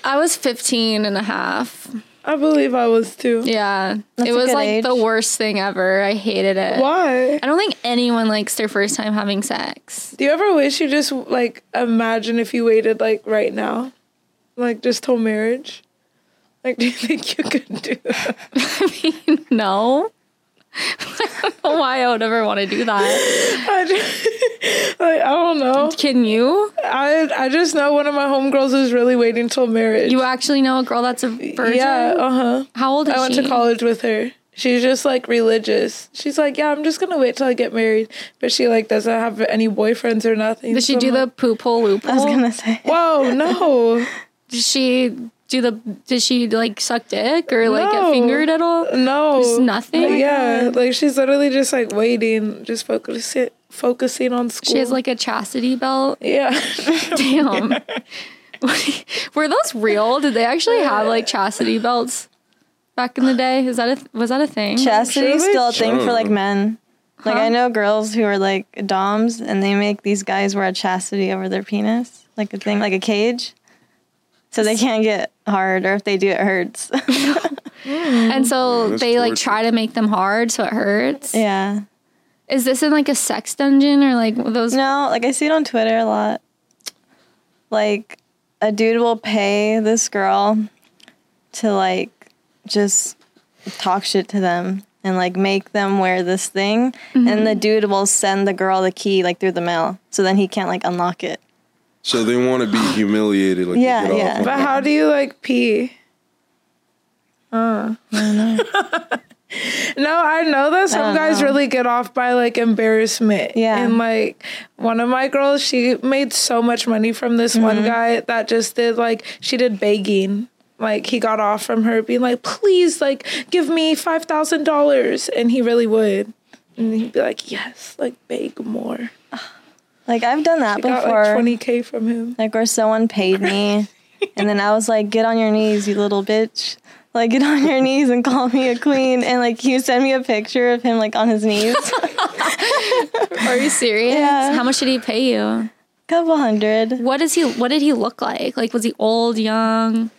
Speaker 1: I was 15 and a half.
Speaker 3: I believe I was too.
Speaker 1: Yeah.
Speaker 2: That's
Speaker 1: it
Speaker 2: a
Speaker 1: was
Speaker 2: good
Speaker 1: like the
Speaker 2: age.
Speaker 1: worst thing ever. I hated it.
Speaker 3: Why?
Speaker 1: I don't think anyone likes their first time having sex.
Speaker 3: Do you ever wish you just like imagine if you waited like right now, like just till marriage? Like, do you think you could do? That?
Speaker 1: No. I don't know why I would ever want to do that.
Speaker 3: I just, like I don't know.
Speaker 1: Can you?
Speaker 3: I I just know one of my homegirls is really waiting till marriage.
Speaker 1: You actually know a girl that's a virgin?
Speaker 3: yeah, uh huh.
Speaker 1: How old is
Speaker 3: I went
Speaker 1: she?
Speaker 3: to college with her. She's just like religious. She's like, yeah, I'm just gonna wait till I get married. But she like doesn't have any boyfriends or nothing.
Speaker 1: Does she
Speaker 3: So
Speaker 1: do
Speaker 3: I'm
Speaker 1: the
Speaker 3: like,
Speaker 1: poop hole loop
Speaker 2: I was
Speaker 1: hole?
Speaker 2: gonna say.
Speaker 3: Whoa, no,
Speaker 1: Does she do the? Does she like suck dick or like get
Speaker 3: No.
Speaker 1: fingered at all?
Speaker 3: no,
Speaker 1: Just nothing?
Speaker 3: yeah, like she's literally just like waiting, just focusing focusing on school.
Speaker 1: She has like a chastity belt.
Speaker 3: yeah,
Speaker 1: Damn. Were those real? Did they actually have like chastity belts back in the day? Is that a was that a thing?
Speaker 2: Chastity's
Speaker 3: Sure,
Speaker 2: still a thing for
Speaker 4: sure.
Speaker 2: like men. Like I know girls who are like doms, and they make these guys wear a chastity over their penis, like a thing, like a cage, so they can't get hard, or if they do, it hurts.
Speaker 1: and so
Speaker 4: that's
Speaker 1: they like
Speaker 4: torture.
Speaker 1: try to make them hard so it hurts.
Speaker 2: yeah.
Speaker 1: Is this in like a sex dungeon or like those?
Speaker 2: No, like I see it on Twitter a lot. Like a dude will pay this girl to like just talk shit to them and like make them wear this thing. And
Speaker 3: Mm-hmm.
Speaker 2: the dude will send the girl the key like through the mail. So then he can't like unlock it.
Speaker 4: So they want to be humiliated. Like,
Speaker 2: Yeah,
Speaker 4: yeah, get
Speaker 2: yeah.
Speaker 4: Off.
Speaker 3: But
Speaker 4: on it.
Speaker 3: how do you like pee? Uh. no, I know that some
Speaker 2: don't
Speaker 3: guys
Speaker 2: know.
Speaker 3: really get off by like embarrassment.
Speaker 2: Yeah.
Speaker 3: And like one of my girls, she made so much money from this one
Speaker 2: Mm-hmm.
Speaker 3: guy that just did like, she did begging. Like he got off from her being like, please, like, give me $5,000. And he really would. And he'd be like, yes, like, beg more.
Speaker 2: Like I've done that
Speaker 3: I got
Speaker 2: before.
Speaker 3: like
Speaker 2: Like,
Speaker 3: 20K from him.
Speaker 2: where someone paid me and then I was like, Get on your knees, you little bitch. Like get on your knees and call me a queen and like he sent me a picture of him like on his knees.
Speaker 1: Are you serious?
Speaker 2: Yeah.
Speaker 1: How much did he pay you?
Speaker 2: Couple hundred.
Speaker 1: What is he? What did he look like? Like, was he old, young?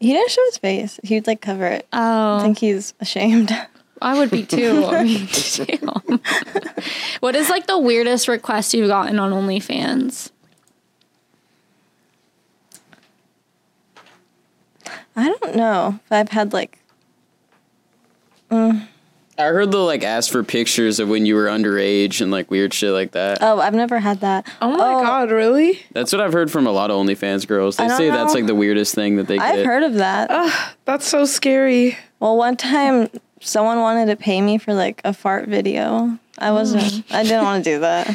Speaker 2: He didn't show his face. He'd like cover it.
Speaker 1: Oh,
Speaker 2: I think he's ashamed.
Speaker 1: I would be too. I mean, damn. what is like the weirdest request you've gotten on OnlyFans?
Speaker 2: I don't know if I've had like
Speaker 5: I heard they'll like ask for pictures of when you were underage and like weird shit like that.
Speaker 2: oh, I've never had that.
Speaker 3: Oh my God, really?
Speaker 5: That's what I've heard from a lot of OnlyFans girls. They
Speaker 2: don't
Speaker 5: say that's
Speaker 2: know.
Speaker 5: like the weirdest thing that they get.
Speaker 2: I've heard of that.
Speaker 3: That's so scary.
Speaker 2: Well, one time someone wanted to pay me for like a fart video.
Speaker 1: Oh.
Speaker 2: I wasn't. I didn't want to do that.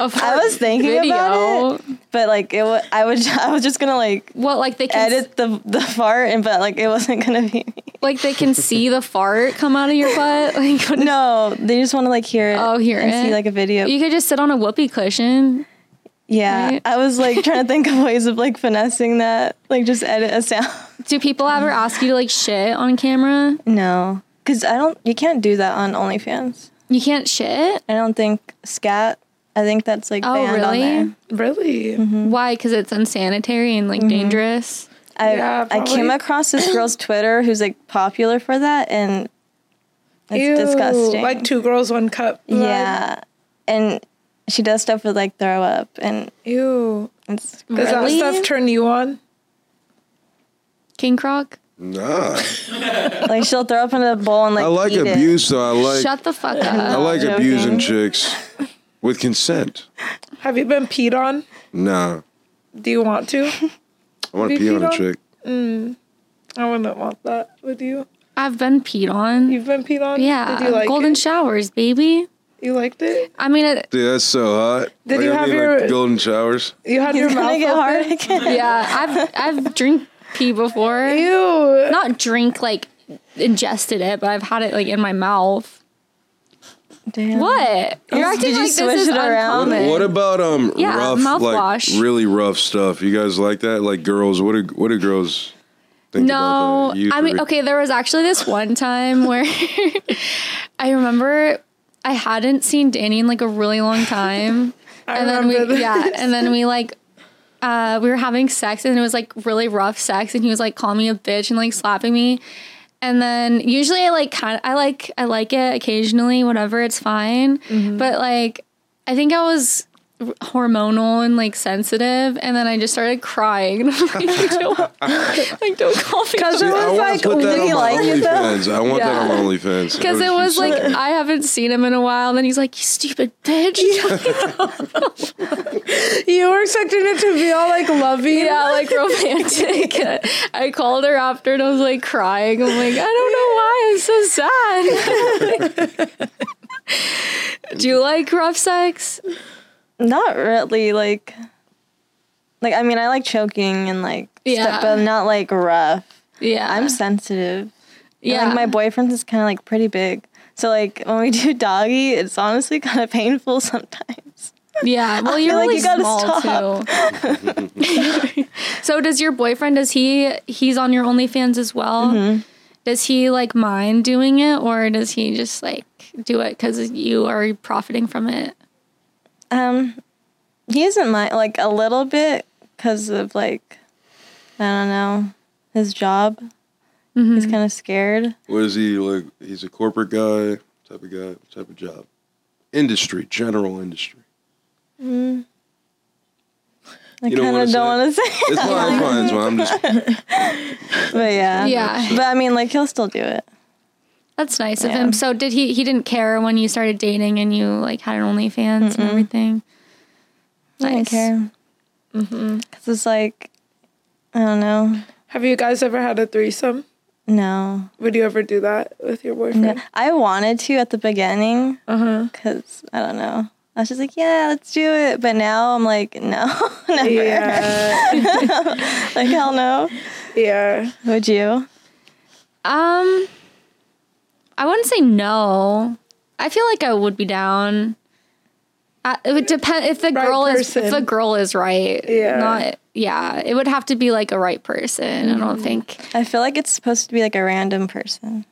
Speaker 1: A
Speaker 2: I was thinking about it, but like it. wa- I would. I was just gonna like
Speaker 1: What like they can
Speaker 2: edit the the fart, and but like it wasn't gonna be me.
Speaker 1: like they can see the fart come out of your butt? Like, what is-
Speaker 2: No, they just want to like hear it.
Speaker 1: Oh, hear
Speaker 2: and
Speaker 1: it.
Speaker 2: see like a video.
Speaker 1: you could just sit on a whoopee cushion.
Speaker 2: yeah,
Speaker 1: right?
Speaker 2: I was like trying to think of ways of like finessing that. Like just edit a sound.
Speaker 1: Do people ever ask you to like shit on camera?
Speaker 2: No, because I don't. You can't do that on OnlyFans.
Speaker 1: You can't shit.
Speaker 2: I don't think scat. I think that's like
Speaker 1: Oh,
Speaker 2: banned on
Speaker 1: really?
Speaker 2: there.
Speaker 3: Really?
Speaker 2: Mm-hmm.
Speaker 1: Why? Because it's unsanitary and like dangerous.
Speaker 2: I
Speaker 3: Yeah,
Speaker 2: I came
Speaker 3: probably.
Speaker 2: across this girl's Twitter who's like popular for that, and it's
Speaker 3: Ew,
Speaker 2: disgusting.
Speaker 3: Like two girls, one cup. vibe.
Speaker 2: yeah, and she does stuff with like throw up, and
Speaker 3: Ew.
Speaker 2: it's
Speaker 3: Does that
Speaker 1: Really?
Speaker 3: stuff turn you on?
Speaker 1: King Croc.
Speaker 4: Nah,
Speaker 2: like she'll throw up in a bowl and like
Speaker 4: I like
Speaker 2: eat it.
Speaker 4: abuse. Though I like
Speaker 1: Shut the fuck
Speaker 4: I
Speaker 1: up.
Speaker 4: like
Speaker 2: joking.
Speaker 4: abusing chicks with consent.
Speaker 3: Have you been peed on?
Speaker 4: Nah,
Speaker 3: Do you want to?
Speaker 4: I want
Speaker 3: Have
Speaker 4: to
Speaker 3: you
Speaker 4: pee on
Speaker 3: peed
Speaker 4: a
Speaker 3: on-
Speaker 4: chick.
Speaker 3: I wouldn't want that. Would you?
Speaker 1: I've been peed on.
Speaker 3: You've been peed on?
Speaker 1: Yeah,
Speaker 3: Did you like
Speaker 1: golden
Speaker 3: it?
Speaker 1: showers, baby.
Speaker 3: you liked it?
Speaker 1: I mean, it,
Speaker 4: Dude, that's so hot.
Speaker 3: Did
Speaker 4: Like,
Speaker 3: you
Speaker 4: I
Speaker 3: have
Speaker 4: mean,
Speaker 3: your-
Speaker 4: like, golden showers?
Speaker 3: You had your
Speaker 2: It's
Speaker 3: mouth
Speaker 2: gonna get
Speaker 3: open?
Speaker 2: hard again.
Speaker 1: yeah, I've I've drink pee before.
Speaker 3: Ew.
Speaker 1: Not drink like ingested it, but I've had it like in my mouth.
Speaker 2: Damn.
Speaker 1: What? You're acting
Speaker 2: Did you
Speaker 1: like
Speaker 2: swish
Speaker 1: this is
Speaker 2: it around?
Speaker 1: uncommon.
Speaker 4: What about um
Speaker 1: Yeah,
Speaker 4: rough
Speaker 1: mouthwash.
Speaker 4: like really rough stuff? You guys like that? Like girls, what do what do girls think
Speaker 1: No,
Speaker 4: about that? You
Speaker 1: I mean,
Speaker 4: three.
Speaker 1: okay, there was actually this one time where I remember I hadn't seen Danny in like a really long time,
Speaker 3: I
Speaker 1: and then we
Speaker 3: remember this.
Speaker 1: yeah, and then we like. Uh, we were having sex and it was like really rough sex and he was like calling me a bitch and like slapping me and then usually I like kind of I like I like it occasionally whatever it's fine
Speaker 3: Mm-hmm.
Speaker 1: but like I think I was hormonal and like sensitive and then I just started crying and I'm like don't, like don't call me
Speaker 3: Because
Speaker 1: a-
Speaker 3: it
Speaker 4: I
Speaker 3: was
Speaker 4: want
Speaker 3: like,
Speaker 4: to put that
Speaker 2: really
Speaker 4: on my
Speaker 2: like it, though.
Speaker 4: OnlyFans. I want that on my OnlyFans.
Speaker 1: because it
Speaker 4: What did
Speaker 1: was
Speaker 4: she
Speaker 1: like
Speaker 4: say?
Speaker 1: I haven't seen him in a while. And then he's like, "You stupid bitch!" yeah,
Speaker 3: you were expecting it to be all like loving.
Speaker 1: like romantic. I called her after and I was like crying. I'm like, I don't know why I'm so sad. Do you like rough sex?
Speaker 2: Not really. Like, like I mean, I like choking and like
Speaker 1: Yeah.
Speaker 2: stuff, but not like rough.
Speaker 1: Yeah,
Speaker 2: I'm sensitive.
Speaker 1: yeah.
Speaker 2: Like my boyfriend's is kind of like pretty big. So like when we do doggy, it's honestly kind of painful sometimes.
Speaker 1: Yeah, well, you're
Speaker 2: feel like
Speaker 1: really
Speaker 2: you gotta
Speaker 1: small too. so does your boyfriend? Does he? He's on your OnlyFans as well.
Speaker 2: Mm-hmm.
Speaker 1: Does he like mind doing it, or does he just like do it because you are profiting from it?
Speaker 2: Um, he isn't my like a little bit because of like I don't know his job.
Speaker 1: Mm-hmm.
Speaker 2: He's kind of scared.
Speaker 4: What is he like? He's a corporate guy, type of guy, type of job, industry, general industry.
Speaker 2: I
Speaker 4: You don't
Speaker 2: kind
Speaker 4: wanna
Speaker 2: of
Speaker 4: say.
Speaker 2: don't want to say,
Speaker 4: It's fine, it's fine, it's fine. I'm just
Speaker 2: but yeah,
Speaker 1: Yeah.
Speaker 2: But I mean, like he'll still do it.
Speaker 1: That's nice of
Speaker 2: Yeah.
Speaker 1: him. So did he? He didn't care when you started dating and you like had an OnlyFans and everything.
Speaker 2: I didn't
Speaker 1: Nice.
Speaker 2: care. Because it's like, I don't know.
Speaker 3: Have you guys ever had a threesome?
Speaker 2: No.
Speaker 3: Would you ever do that with your
Speaker 2: no.
Speaker 3: boyfriend?
Speaker 2: I wanted to at the beginning
Speaker 3: Uh huh.
Speaker 2: because I don't know. I was just like, yeah, let's do it. But now I'm like, no, never.
Speaker 3: Yeah.
Speaker 2: Like, hell no.
Speaker 3: yeah.
Speaker 2: Would you?
Speaker 1: Um, I wouldn't say no. I feel like I would be down. I, it would depend if the
Speaker 3: Right
Speaker 1: girl is if
Speaker 3: person.
Speaker 1: the girl is right.
Speaker 3: Yeah.
Speaker 1: Not yeah. It would have to be like a right person. I don't think.
Speaker 2: I feel like it's supposed to be like a random person,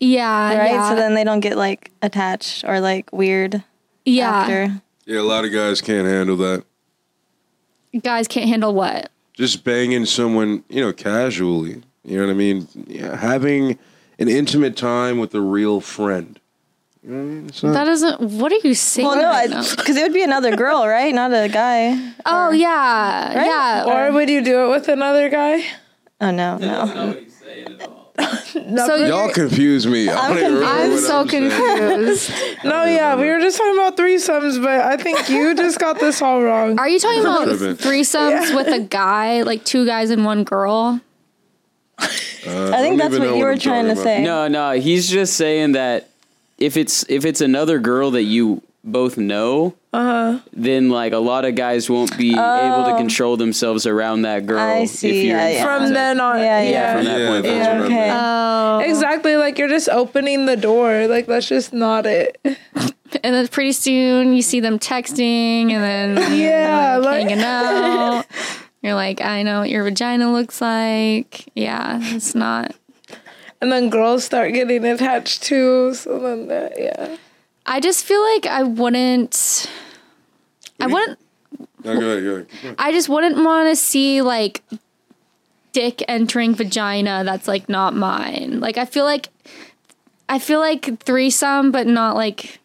Speaker 1: Yeah.
Speaker 2: right?
Speaker 1: Yeah.
Speaker 2: So then they don't get like attached or like weird
Speaker 1: yeah.
Speaker 2: after.
Speaker 4: Yeah, a lot of guys can't handle that.
Speaker 1: Guys can't handle what.
Speaker 4: Just banging someone, you know, casually. You know what I mean? Yeah, having an intimate time with a real friend. You know what I mean? It's not-
Speaker 1: That isn't. What are you saying?
Speaker 2: Well, no,
Speaker 1: right now?
Speaker 2: because it would be another girl, right? Not a guy.
Speaker 1: Oh yeah. Yeah.
Speaker 3: Or would you do it with another guy?
Speaker 2: Oh no, no.
Speaker 1: so
Speaker 4: Y'all
Speaker 1: you're-
Speaker 4: confuse me. I don't even remember
Speaker 1: I'm
Speaker 4: what
Speaker 1: so
Speaker 4: I'm saying.
Speaker 1: confused.
Speaker 3: No, yeah, we were just talking about threesomes, but I think you just got this all wrong.
Speaker 1: Are you talking about
Speaker 4: Could've been.
Speaker 1: threesomes with a guy, like two guys and one girl?
Speaker 4: Uh,
Speaker 2: I think
Speaker 4: don't
Speaker 2: that's
Speaker 4: even
Speaker 2: what
Speaker 4: know
Speaker 2: you were
Speaker 4: I'm
Speaker 2: trying to
Speaker 4: talking about.
Speaker 2: say.
Speaker 5: No, no, he's just saying that if it's if it's another girl that you both know,
Speaker 2: Uh-huh.
Speaker 5: then like a lot of guys won't be able to control themselves around that girl.
Speaker 2: Oh. I
Speaker 5: If
Speaker 2: see,
Speaker 5: you're
Speaker 2: yeah,
Speaker 5: in
Speaker 2: yeah.
Speaker 3: From
Speaker 5: contact.
Speaker 3: then on,
Speaker 2: Yeah, yeah.
Speaker 5: from that
Speaker 4: Yeah,
Speaker 5: point.
Speaker 4: that's
Speaker 5: forward.
Speaker 4: what I
Speaker 2: Okay.
Speaker 4: meant.
Speaker 3: Exactly, like you're just opening the door. Like that's just not it.
Speaker 1: And then pretty soon you see them texting and then
Speaker 3: Yeah, like
Speaker 1: hanging out. You're like, I know what your vagina looks like. Yeah, it's not.
Speaker 3: and then girls start getting attached too. So then that, yeah.
Speaker 1: I just feel like I wouldn't. I wouldn't.
Speaker 4: No, go ahead, go ahead.
Speaker 1: I just wouldn't want to see like dick entering vagina that's like not mine. Like I feel like I feel like threesome but not like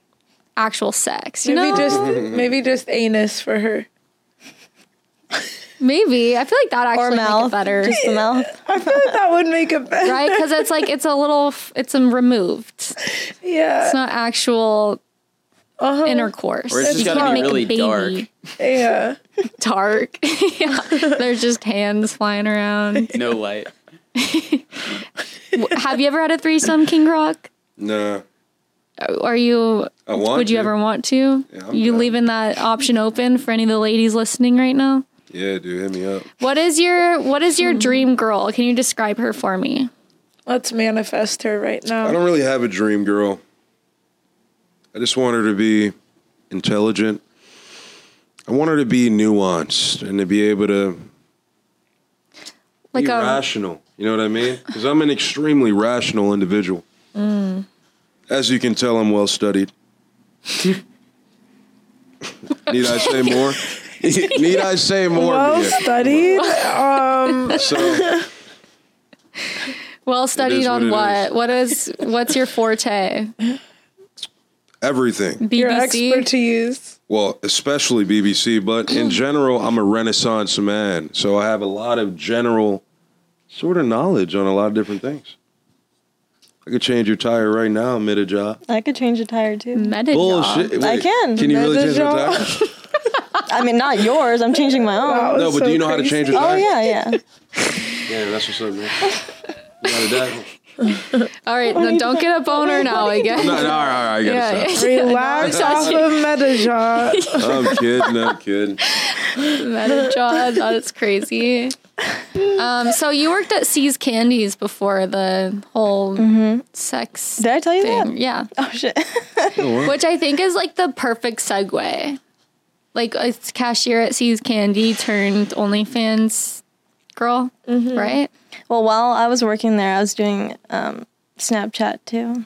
Speaker 1: actual sex. You
Speaker 3: Maybe
Speaker 1: know?
Speaker 3: just maybe just anus for her.
Speaker 1: maybe. I feel like that
Speaker 2: Or
Speaker 1: actually make it
Speaker 2: mouth,
Speaker 1: better.
Speaker 2: just the mouth.
Speaker 3: I feel like that would make it better.
Speaker 1: right? Cuz it's like it's a little f- it's um, removed.
Speaker 3: Yeah.
Speaker 1: It's not actual
Speaker 3: Uh-huh.
Speaker 1: intercourse.
Speaker 5: Or it's just
Speaker 1: You
Speaker 5: gotta
Speaker 1: can't
Speaker 5: be
Speaker 1: make a
Speaker 5: really
Speaker 1: baby
Speaker 3: yeah.
Speaker 1: dark. yeah. There's just hands flying around.
Speaker 5: No light.
Speaker 1: W- Have you ever had a threesome, King Rock?
Speaker 4: Nah,
Speaker 1: Are you
Speaker 4: I want.
Speaker 1: Would you
Speaker 4: to.
Speaker 1: ever want to?
Speaker 4: Yeah, I'm
Speaker 1: you
Speaker 4: down.
Speaker 1: leaving that option open for any of the ladies listening right now?
Speaker 4: Yeah, dude, hit me up.
Speaker 1: What is your what is your dream girl? Can you describe her for me?
Speaker 3: Let's manifest her right
Speaker 4: I
Speaker 3: now.
Speaker 4: don't really have a dream girl. I just want her to be intelligent. I want her to be nuanced and to be able to
Speaker 1: Like
Speaker 4: be
Speaker 1: a
Speaker 4: rational. You know what I mean? Because I'm an extremely rational individual.
Speaker 1: Mm.
Speaker 4: As you can tell, I'm well studied. Need I say more? Need I say more?
Speaker 3: Well
Speaker 4: Mia?
Speaker 3: studied. Um,
Speaker 4: So
Speaker 1: well studied on
Speaker 4: what it
Speaker 1: what? What is what's your forte?
Speaker 4: everything.
Speaker 3: your
Speaker 1: BBC.
Speaker 3: expertise.
Speaker 4: Well, especially BBC, but in general, I'm a Renaissance man, so I have a lot of general sort of knowledge on a lot of different things. I could change your tire right now, mid a job.
Speaker 2: I could change a tire too.
Speaker 1: Meta
Speaker 4: Bullshit.
Speaker 1: job.
Speaker 2: I can.
Speaker 4: Can you really
Speaker 3: Mid-a
Speaker 4: change your
Speaker 3: job?
Speaker 4: tire?
Speaker 2: I mean, not yours. I'm changing my
Speaker 3: That
Speaker 2: own.
Speaker 3: was
Speaker 4: No, but
Speaker 3: so
Speaker 4: do you know how to
Speaker 3: crazy.
Speaker 4: change your
Speaker 2: Oh
Speaker 4: tire?
Speaker 2: yeah, yeah.
Speaker 4: Yeah, that's what's up, man. You gotta dive.
Speaker 1: All right, no, don't get a boner now, I guess.
Speaker 4: No, no, all right, all right, I gotta
Speaker 1: Yeah.
Speaker 3: Relax off of Medajot.
Speaker 4: stop. I'm kidding, I'm kidding.
Speaker 1: Meta job. That's crazy. Um, so you worked at C's Candies before the whole sex
Speaker 2: Did I tell you
Speaker 1: thing.
Speaker 2: that?
Speaker 1: Yeah.
Speaker 2: Oh shit.
Speaker 1: which I think is like the perfect segue. Like it's cashier at Seas Candy turned OnlyFans girl, right?
Speaker 2: Well, while I was working there, I was doing um, Snapchat too.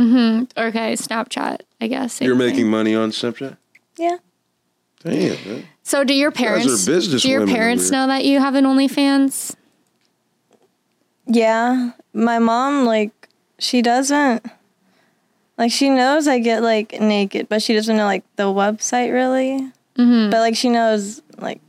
Speaker 1: Okay, Snapchat, I guess. same
Speaker 4: You're
Speaker 1: thing.
Speaker 4: making money on Snapchat?
Speaker 2: Yeah.
Speaker 4: Damn, man.
Speaker 1: So do your
Speaker 4: are
Speaker 1: parents?
Speaker 4: business
Speaker 1: do your
Speaker 4: women over
Speaker 1: parents
Speaker 4: here.
Speaker 1: know that you have an OnlyFans?
Speaker 2: Yeah. My mom, like, she doesn't, like, she knows I get, like, naked, but she doesn't know, like, the website really. But, like, she knows, like,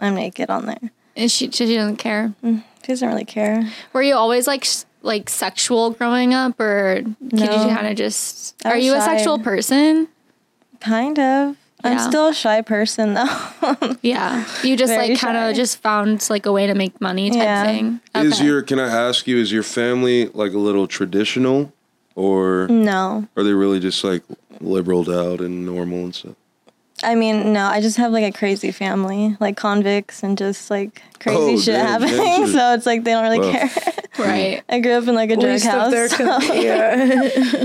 Speaker 2: I'm naked on there.
Speaker 1: And she she doesn't care.
Speaker 2: She doesn't really care.
Speaker 1: Were you always like s- like sexual growing up, or did you
Speaker 2: No.
Speaker 1: kind of just?
Speaker 2: I
Speaker 1: Are
Speaker 2: was
Speaker 1: you a
Speaker 2: shy.
Speaker 1: sexual person?
Speaker 2: Kind of. I'm
Speaker 1: Yeah.
Speaker 2: still a shy person though.
Speaker 1: Yeah, you just
Speaker 2: Very
Speaker 1: like kind
Speaker 2: shy.
Speaker 1: of just found like a way to make money type
Speaker 2: Yeah.
Speaker 1: thing.
Speaker 4: Is your can I ask you? Is your family like a little traditional, or
Speaker 2: no.
Speaker 4: are they really just like liberaled out and normal and stuff?
Speaker 2: I mean, no, I just have like a crazy family, like convicts and just like crazy
Speaker 4: Oh,
Speaker 2: shit
Speaker 4: damn,
Speaker 2: happening.
Speaker 4: gangster.
Speaker 2: so it's like they don't really
Speaker 4: Wow.
Speaker 2: care.
Speaker 1: right?
Speaker 2: I grew up in like a drug
Speaker 3: Least of their
Speaker 2: house.
Speaker 3: con-
Speaker 2: so,
Speaker 3: yeah.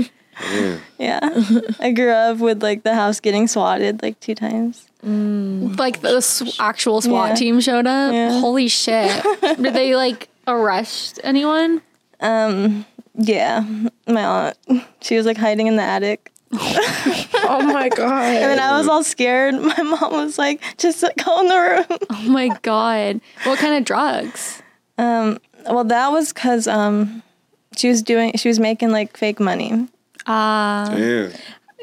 Speaker 4: Yeah.
Speaker 2: yeah. I grew up with like the house getting swatted like two times.
Speaker 1: Like the s- actual SWAT
Speaker 2: Yeah.
Speaker 1: team showed up.
Speaker 2: Yeah.
Speaker 1: Holy shit! Did they like arrest anyone?
Speaker 2: Um, yeah. My aunt, she was like hiding in the attic.
Speaker 3: Oh my
Speaker 2: And
Speaker 3: god.
Speaker 2: then I was all scared. My mom was like, just go in the room.
Speaker 1: Oh my god! What kind of drugs?
Speaker 2: Um, well, that was because um, she was doing, she was making like fake money.
Speaker 1: Uh,
Speaker 4: Yeah.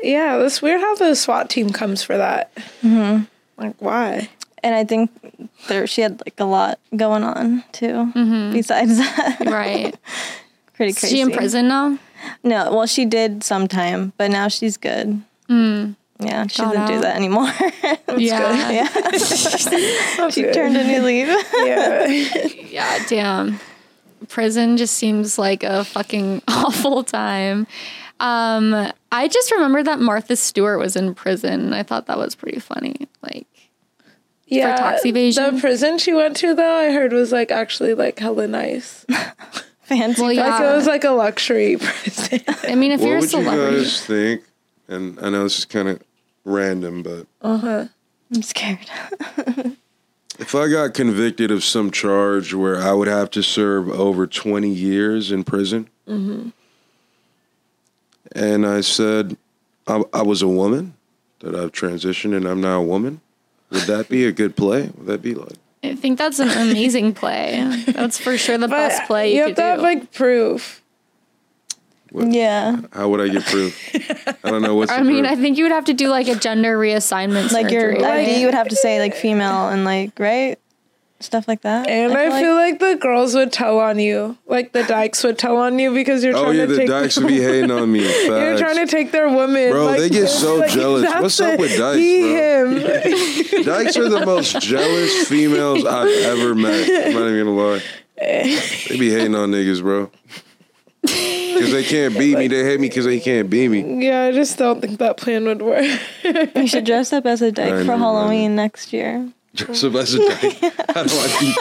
Speaker 3: Yeah, that's weird how the SWAT team comes for that.
Speaker 1: Mm-hmm.
Speaker 3: Like why?
Speaker 2: And I think there, she had like a lot going on too. Besides that,
Speaker 1: right.
Speaker 2: pretty
Speaker 1: Is
Speaker 2: crazy.
Speaker 1: she in prison now?
Speaker 2: No, well, she did sometime, but now she's good. Yeah, she
Speaker 1: Shout
Speaker 2: doesn't do
Speaker 1: out.
Speaker 2: that anymore.
Speaker 1: yeah.
Speaker 2: yeah,
Speaker 1: Oh,
Speaker 3: That's
Speaker 2: she
Speaker 3: weird.
Speaker 2: turned a new leaf.
Speaker 3: Yeah.
Speaker 1: Yeah, damn. Prison just seems like a fucking awful time. Um, I just remember that Martha Stewart was in prison. I thought that was pretty funny. Like,
Speaker 3: yeah.
Speaker 1: tax evasion?
Speaker 3: The prison she went to though, I heard was like actually like hella nice.
Speaker 2: Fancy.
Speaker 1: well,
Speaker 3: Like it
Speaker 1: yeah.
Speaker 3: was like a luxury prison.
Speaker 1: I mean, if
Speaker 4: What
Speaker 1: you're a
Speaker 4: would you
Speaker 1: celebrity,
Speaker 4: guys think? And I know this is kind of random, but
Speaker 2: I'm scared.
Speaker 4: if I got convicted of some charge where I would have to serve over 20 years in prison, and I said I, I was a woman, that I've transitioned and I'm now a woman, would that be a good play? Would that be like?
Speaker 1: I think that's an amazing play. That's for sure the
Speaker 3: But
Speaker 1: best play
Speaker 3: you,
Speaker 1: you,
Speaker 3: have
Speaker 1: could
Speaker 3: to have
Speaker 1: do.
Speaker 3: like proof.
Speaker 2: yeah,
Speaker 4: How would I get proof? I don't know what's.
Speaker 1: I mean, I think you would have to do like a gender reassignment.
Speaker 2: like
Speaker 1: surgery.
Speaker 2: your ID, you would have to say like female and like right stuff like that.
Speaker 3: And I feel,
Speaker 2: like-
Speaker 3: like, the girls would tell on you. Like the dykes would tell on you because you're
Speaker 4: oh
Speaker 3: trying
Speaker 4: yeah,
Speaker 3: to
Speaker 4: the
Speaker 3: take
Speaker 4: dykes would be hating on me.
Speaker 3: You're
Speaker 4: Facts.
Speaker 3: trying to take their women.
Speaker 4: Bro, they get so
Speaker 3: like,
Speaker 4: jealous.
Speaker 3: that's
Speaker 4: What's up
Speaker 3: it.
Speaker 4: with dykes,
Speaker 3: He,
Speaker 4: bro?
Speaker 3: him.
Speaker 4: Dykes are the most jealous females I've ever met. I'm not even gonna lie. They be hating on niggas, bro. Cause they can't beat me. They hate me because they can't beat me.
Speaker 3: yeah, I just don't think that plan would work.
Speaker 1: Uh,
Speaker 2: you should dress up as a dyke
Speaker 4: I
Speaker 2: for
Speaker 4: know, right?
Speaker 2: Halloween next year.
Speaker 4: So that's a dyke. How do I beat?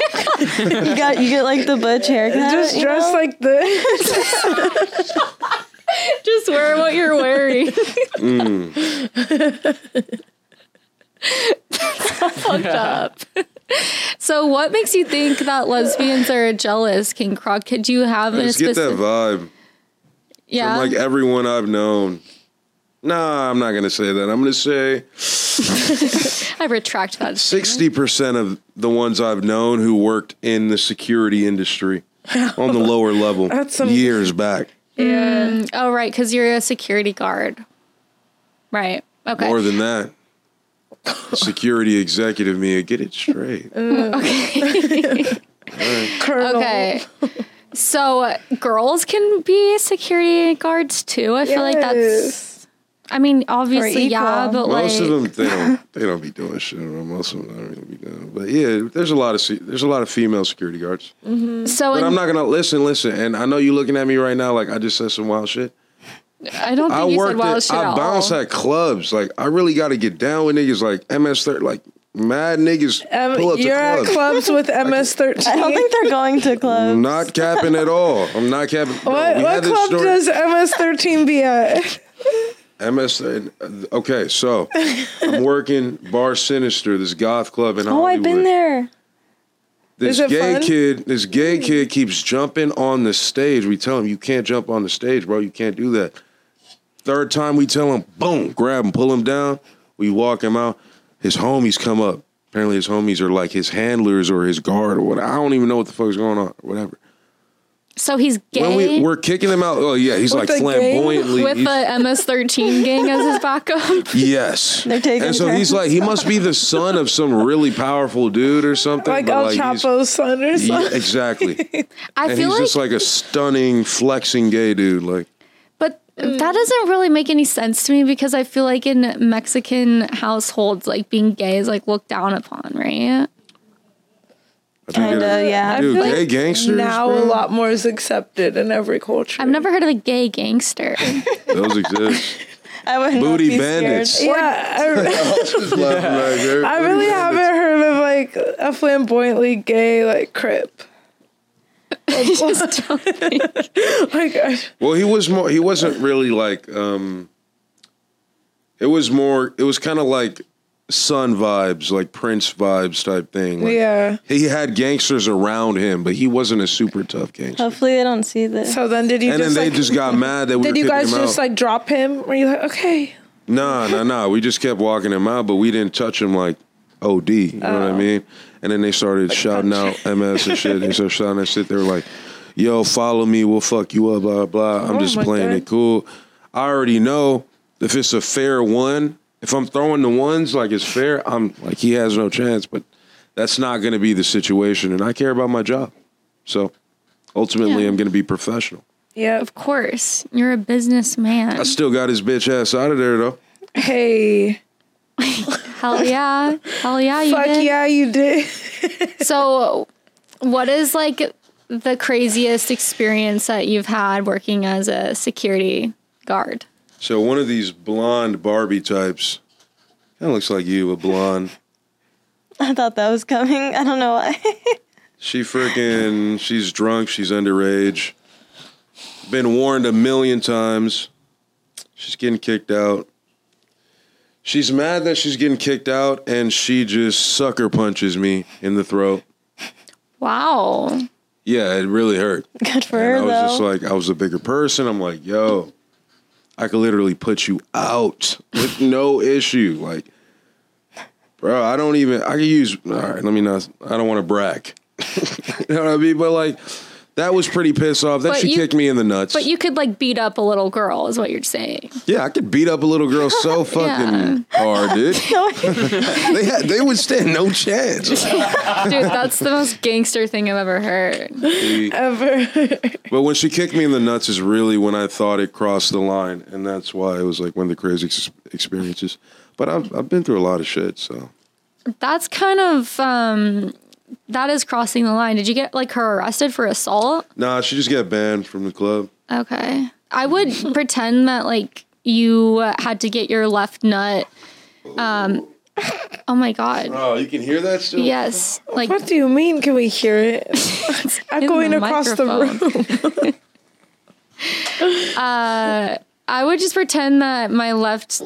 Speaker 2: You got you get like the butch haircut.
Speaker 3: just
Speaker 2: you
Speaker 3: dress
Speaker 2: know?
Speaker 3: like this.
Speaker 1: Just wear what you're wearing. fucked up. So, what makes you think that lesbians are jealous, King Croc? Could you have
Speaker 4: I
Speaker 1: a
Speaker 4: just get that
Speaker 1: specific?
Speaker 4: vibe
Speaker 1: yeah,
Speaker 4: from like everyone I've known. Nah, I'm not gonna say that. I'm gonna say
Speaker 1: I retract that.
Speaker 4: sixty percent of the ones I've known who worked in the security industry on the lower level
Speaker 3: That's some-
Speaker 4: years back.
Speaker 3: Yeah.
Speaker 1: Oh, right, because you're a security guard. Right. Okay.
Speaker 4: More than that, security executive Mia, get it straight.
Speaker 3: Colonel.
Speaker 1: okay. So, uh, girls can be security guards too. I feel like that's.
Speaker 3: Yes.
Speaker 1: I mean, obviously, yeah,
Speaker 2: equal.
Speaker 1: but
Speaker 4: Most
Speaker 1: like,
Speaker 4: of them they don't they don't be doing shit. Bro. Most of them don't really be doing. But yeah, there's a lot of se- there's a lot of female security guards.
Speaker 1: so
Speaker 4: But
Speaker 1: in-
Speaker 4: I'm not gonna listen, listen. And I know you looking at me right now like I just said some wild shit.
Speaker 1: I don't think
Speaker 4: I
Speaker 1: you said
Speaker 4: worked
Speaker 1: wild
Speaker 4: at
Speaker 1: shit
Speaker 4: I
Speaker 1: at
Speaker 4: bounce
Speaker 1: all.
Speaker 4: at clubs. Like I really got to get down with niggas like MS third like mad niggas
Speaker 3: Um,
Speaker 4: pull up to
Speaker 3: you're at
Speaker 4: clubs.
Speaker 3: clubs with MS13.
Speaker 2: I don't think they're going to clubs.
Speaker 4: I'm not capping at all. I'm not capping. Bro,
Speaker 3: what
Speaker 4: we
Speaker 3: what
Speaker 4: had this
Speaker 3: club
Speaker 4: story-
Speaker 3: does MS13 be at?
Speaker 4: MS. uh, Okay, so I'm working Bar Sinister, this goth club in
Speaker 2: Oh,
Speaker 4: Hollywood.
Speaker 2: I've been there.
Speaker 4: This
Speaker 3: Is it
Speaker 4: gay
Speaker 3: fun? Mm.
Speaker 4: kid, this gay kid keeps jumping on the stage. We tell him you can't jump on the stage, bro. You can't do that. Third time we tell him, boom, grab him, pull him down. We walk him out. His homies come up. Apparently his homies are like his handlers or his guard or what. I don't even know what the fuck's going on. Whatever.
Speaker 1: So he's gay
Speaker 4: When we, we're kicking him out, oh yeah, he's
Speaker 3: With
Speaker 4: like
Speaker 3: the gang?
Speaker 4: flamboyantly.
Speaker 1: with
Speaker 4: he's-
Speaker 1: the MS13 gang as his backup.
Speaker 4: yes,
Speaker 2: They're taking
Speaker 4: and so he's
Speaker 2: turns.
Speaker 4: like, he must be the son of some really powerful dude or something.
Speaker 3: like
Speaker 4: but,
Speaker 3: El
Speaker 4: he's-
Speaker 3: Chapo's son or
Speaker 4: yeah,
Speaker 3: something.
Speaker 4: exactly.
Speaker 1: I
Speaker 4: and
Speaker 1: feel
Speaker 4: he's
Speaker 1: like,
Speaker 4: just like a stunning, flexing gay dude. Like,
Speaker 1: but
Speaker 3: Mm.
Speaker 1: that doesn't really make any sense to me because I feel like in Mexican households, like being gay is like looked down upon, right?
Speaker 4: I think
Speaker 2: Kinda,
Speaker 4: it-
Speaker 2: yeah. uh, I
Speaker 4: dude,
Speaker 3: feel
Speaker 4: gay
Speaker 3: like
Speaker 4: gangsters.
Speaker 3: now
Speaker 4: bro,
Speaker 3: a lot more is accepted in every culture.
Speaker 1: I've never heard of a gay gangster.
Speaker 4: those exist.
Speaker 2: I wouldn't
Speaker 4: Booty
Speaker 2: be scared.
Speaker 4: bandits.
Speaker 3: yeah,
Speaker 4: I,
Speaker 3: I, I really haven't heard of like a flamboyantly gay like crip.
Speaker 1: Just don't think-
Speaker 3: Like I,
Speaker 4: Well, he was more. He wasn't really like. um It was more. It was kind of like Sun vibes, like Prince vibes type thing. Like,
Speaker 3: yeah.
Speaker 4: He had gangsters around him, but he wasn't a super tough gangster.
Speaker 2: Hopefully they don't see this.
Speaker 3: So then did you
Speaker 4: And then
Speaker 3: just
Speaker 4: they
Speaker 3: like
Speaker 4: just got mad that we were
Speaker 3: did you
Speaker 4: kicking
Speaker 3: guys
Speaker 4: him
Speaker 3: just
Speaker 4: out.
Speaker 3: like drop him? Were you like okay?
Speaker 4: Nah, nah, nah. We just kept walking him out, but we didn't touch him like OD. You know
Speaker 3: Oh.
Speaker 4: what I mean? And then they started shouting out MS and shit. They started shouting that shit. They were like, yo, follow me. We'll fuck you up, blah, blah. I'm
Speaker 3: Oh
Speaker 4: just
Speaker 3: my
Speaker 4: playing
Speaker 3: God.
Speaker 4: it cool. I already know if it's a fair one, if I'm throwing the ones like it's fair, I'm like, he has no chance, but that's not going to be the situation. And I care about my job. So ultimately,
Speaker 1: Yeah.
Speaker 4: I'm going to be professional.
Speaker 3: Yeah.
Speaker 1: of course, you're a businessman.
Speaker 4: I still got his bitch ass out of there, though.
Speaker 3: Hey.
Speaker 1: Hell yeah, hell yeah, you
Speaker 3: Fuck
Speaker 1: did.
Speaker 3: yeah, you did.
Speaker 1: So, what is like the craziest experience that you've had working as a security guard?
Speaker 4: So one of these blonde Barbie types kind of looks like you, a blonde.
Speaker 2: I thought that was coming. I don't know why.
Speaker 4: She freaking, she's drunk. She's underage. Been warned a million times. She's getting kicked out. She's mad that she's getting kicked out, and she just sucker punches me in the throat.
Speaker 1: Wow.
Speaker 4: Yeah, it really hurt.
Speaker 2: Good for
Speaker 4: And
Speaker 2: her
Speaker 4: I was just
Speaker 2: though.
Speaker 4: like, I was a bigger person. I'm like, yo, I could literally put you out with no issue. Like, bro, I don't even, I could use, all right, let me not, I don't want to brag. you know what I mean? But like, that was pretty pissed off. Then
Speaker 1: But
Speaker 4: she
Speaker 1: you-
Speaker 4: kicked me in the nuts.
Speaker 1: But you could like beat up a little girl, is what you're saying.
Speaker 4: yeah, I could beat up a little girl so fucking hard, dude. they, had, they would stand no chance.
Speaker 1: Dude, that's the most gangster thing I've ever heard.
Speaker 3: Ever.
Speaker 4: But when she kicked me in the nuts is really when I thought it crossed the line, and that's why it was like one of the craziest ex- experiences. But I've I've been through a lot of shit, so
Speaker 1: That's kind of um that is crossing the line. Did you get like her arrested for assault?
Speaker 4: nah, she just got banned from the club.
Speaker 1: Okay. I would pretend that like you uh, had to get your left nut um Oh my god.
Speaker 4: Oh, you can hear that still?
Speaker 1: Yes. Like
Speaker 3: What do you mean? Can we hear it?
Speaker 1: in
Speaker 3: Echoing
Speaker 1: the
Speaker 3: across
Speaker 1: microphone. Uh,
Speaker 3: the room.
Speaker 1: I would just pretend that my left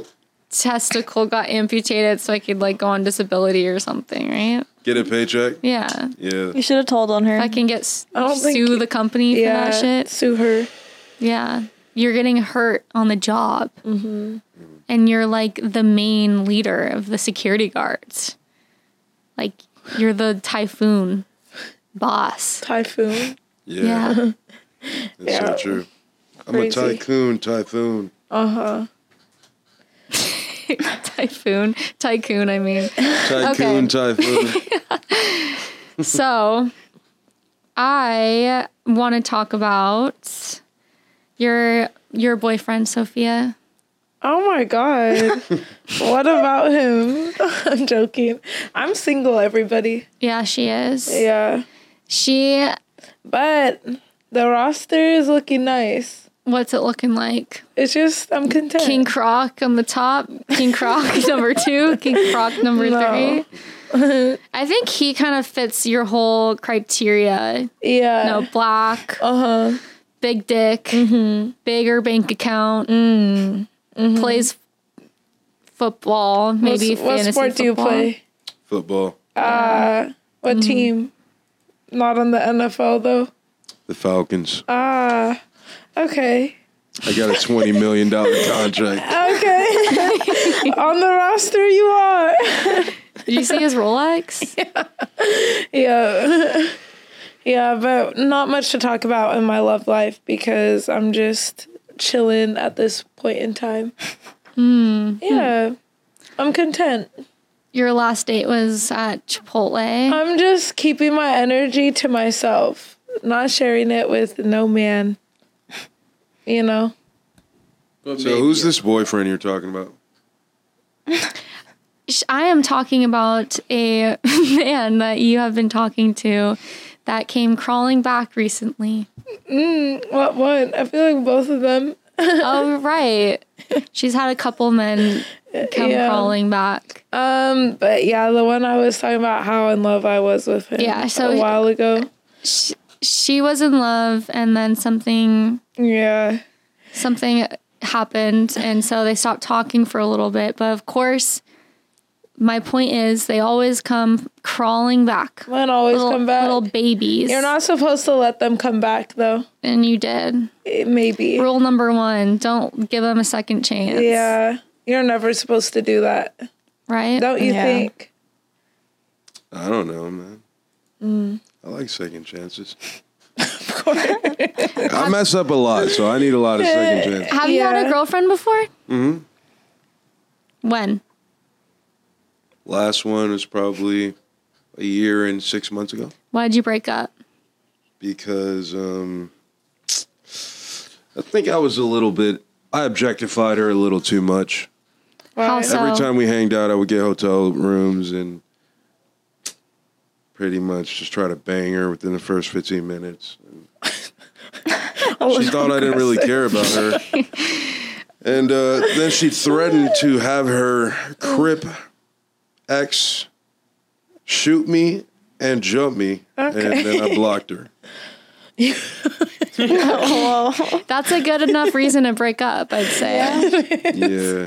Speaker 1: testicle got amputated so I could like go on disability or something, right?
Speaker 4: Get a paycheck.
Speaker 1: Yeah.
Speaker 4: Yeah.
Speaker 2: you should have told on her.
Speaker 1: I can get s-
Speaker 3: I don't
Speaker 1: sue
Speaker 3: think-
Speaker 1: the company for
Speaker 3: Yeah.
Speaker 1: that shit.
Speaker 3: Sue her.
Speaker 1: Yeah. You're getting hurt on the job.
Speaker 3: Mm-hmm.
Speaker 1: And you're like the main leader of the security guards. Like you're the typhoon boss.
Speaker 3: Typhoon.
Speaker 4: Yeah.
Speaker 1: Yeah.
Speaker 4: That's
Speaker 3: Yeah.
Speaker 4: so true. I'm
Speaker 3: Crazy.
Speaker 4: a tycoon, typhoon.
Speaker 3: Uh-huh.
Speaker 1: typhoon. Tycoon, I mean.
Speaker 4: Tycoon,
Speaker 1: Okay.
Speaker 4: typhoon.
Speaker 1: so I want to talk about your your boyfriend, Sophia.
Speaker 3: Oh my god. what about him? I'm joking. I'm single, everybody.
Speaker 1: Yeah, she is.
Speaker 3: Yeah.
Speaker 1: She
Speaker 3: But the roster is looking nice.
Speaker 1: what's it looking like?
Speaker 3: It's just I'm content.
Speaker 1: King Croc on the top, King Croc number two, King Croc number
Speaker 3: No.
Speaker 1: three. I think he kind of fits your whole criteria.
Speaker 3: yeah.
Speaker 1: No, black,
Speaker 3: Uh huh.
Speaker 1: big dick,
Speaker 3: Mm-hmm.
Speaker 1: bigger bank account, plays football, maybe
Speaker 3: What's- Mm-hmm. what
Speaker 1: fantasy
Speaker 3: sport do you
Speaker 1: football. Mm-hmm.
Speaker 3: play?
Speaker 4: Football.
Speaker 3: Uh, what team? Not on the NFL though.
Speaker 4: The Falcons.
Speaker 3: Ah, okay,
Speaker 4: I got a twenty million dollar contract.
Speaker 3: okay. on the roster you are.
Speaker 1: Did you see his Rolex?
Speaker 3: yeah, Yeah, but not much to talk about in my love life because I'm just chilling at this point in time.
Speaker 1: Hmm.
Speaker 3: Yeah. I'm content.
Speaker 1: Your last date was at Chipotle.
Speaker 3: I'm just keeping my energy to myself, not sharing it with no man. You know?
Speaker 4: So who's this boyfriend you're talking about?
Speaker 1: Sh- I am talking about a man that you have been talking to that came crawling back recently.
Speaker 3: What one? I feel like both of them.
Speaker 1: oh, right. She's had a couple men come
Speaker 3: Uh, Yeah.
Speaker 1: crawling back.
Speaker 3: Um, but yeah, the one I was talking about how in love I was with him
Speaker 1: Yeah, so-
Speaker 3: a while ago.
Speaker 1: She was in love and then something
Speaker 3: Yeah.
Speaker 1: something happened and so they stopped talking for a little bit, but of course my point is they always come crawling back.
Speaker 3: Mine always
Speaker 1: Little,
Speaker 3: come back.
Speaker 1: little babies.
Speaker 3: You're not supposed to let them come back though.
Speaker 1: and you did.
Speaker 3: Eh, Maybe.
Speaker 1: Rule number 1, don't give them a second chance.
Speaker 3: Yeah. You're never supposed to do that.
Speaker 1: Right?
Speaker 3: Don't you
Speaker 2: Yeah.
Speaker 3: think?
Speaker 4: I don't know, man. I like second chances. I mess up a lot, so I need a lot of second chances.
Speaker 1: Have you had a
Speaker 3: Yeah.
Speaker 1: girlfriend before? Mm-hmm. When?
Speaker 4: Last one is probably a year and six months ago
Speaker 1: Why would you break up?
Speaker 4: because um, I think I was a little bit. I objectified her a little too much.
Speaker 1: How
Speaker 3: Why?
Speaker 1: so?
Speaker 4: Every time we hanged out, I would get hotel rooms and pretty much just try to bang her within the first 15 minutes. she thought I didn't really care about her. and uh, then she threatened to have her crip ex shoot me and jump me. And then I blocked her.
Speaker 1: That's a good enough reason to break up, I'd say.
Speaker 4: Yeah.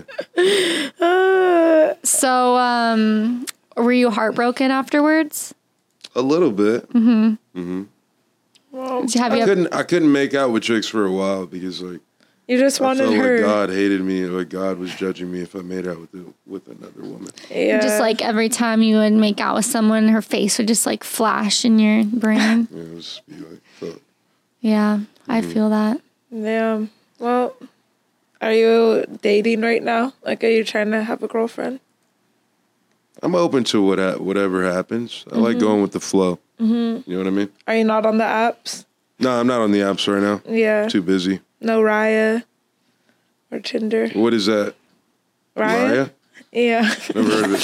Speaker 1: So, um, were you heartbroken afterwards?
Speaker 4: A little bit.
Speaker 1: Have
Speaker 4: I
Speaker 1: you?
Speaker 4: couldn't I couldn't make out with chicks for a while because like
Speaker 3: You just
Speaker 4: I
Speaker 3: wanted
Speaker 4: felt
Speaker 3: her.
Speaker 4: like God hated me, like God was judging me if I made out with the, with another woman.
Speaker 3: Yeah.
Speaker 1: Just like every time you would make out with someone, her face would just like flash in your brain.
Speaker 4: It was be like, fuck.
Speaker 1: Yeah, I feel that.
Speaker 3: Yeah. Well, are you dating right now? Like, are you trying to have a girlfriend?
Speaker 4: I'm open to what ha- whatever happens. I
Speaker 3: Mm-hmm.
Speaker 4: like going with the flow. You know what I mean?
Speaker 3: Are you not on the apps?
Speaker 4: No, I'm not on the apps right now.
Speaker 3: Yeah.
Speaker 4: Too busy.
Speaker 3: No Raya or Tinder.
Speaker 4: What is that?
Speaker 3: Raya? Yeah.
Speaker 4: Never heard of it.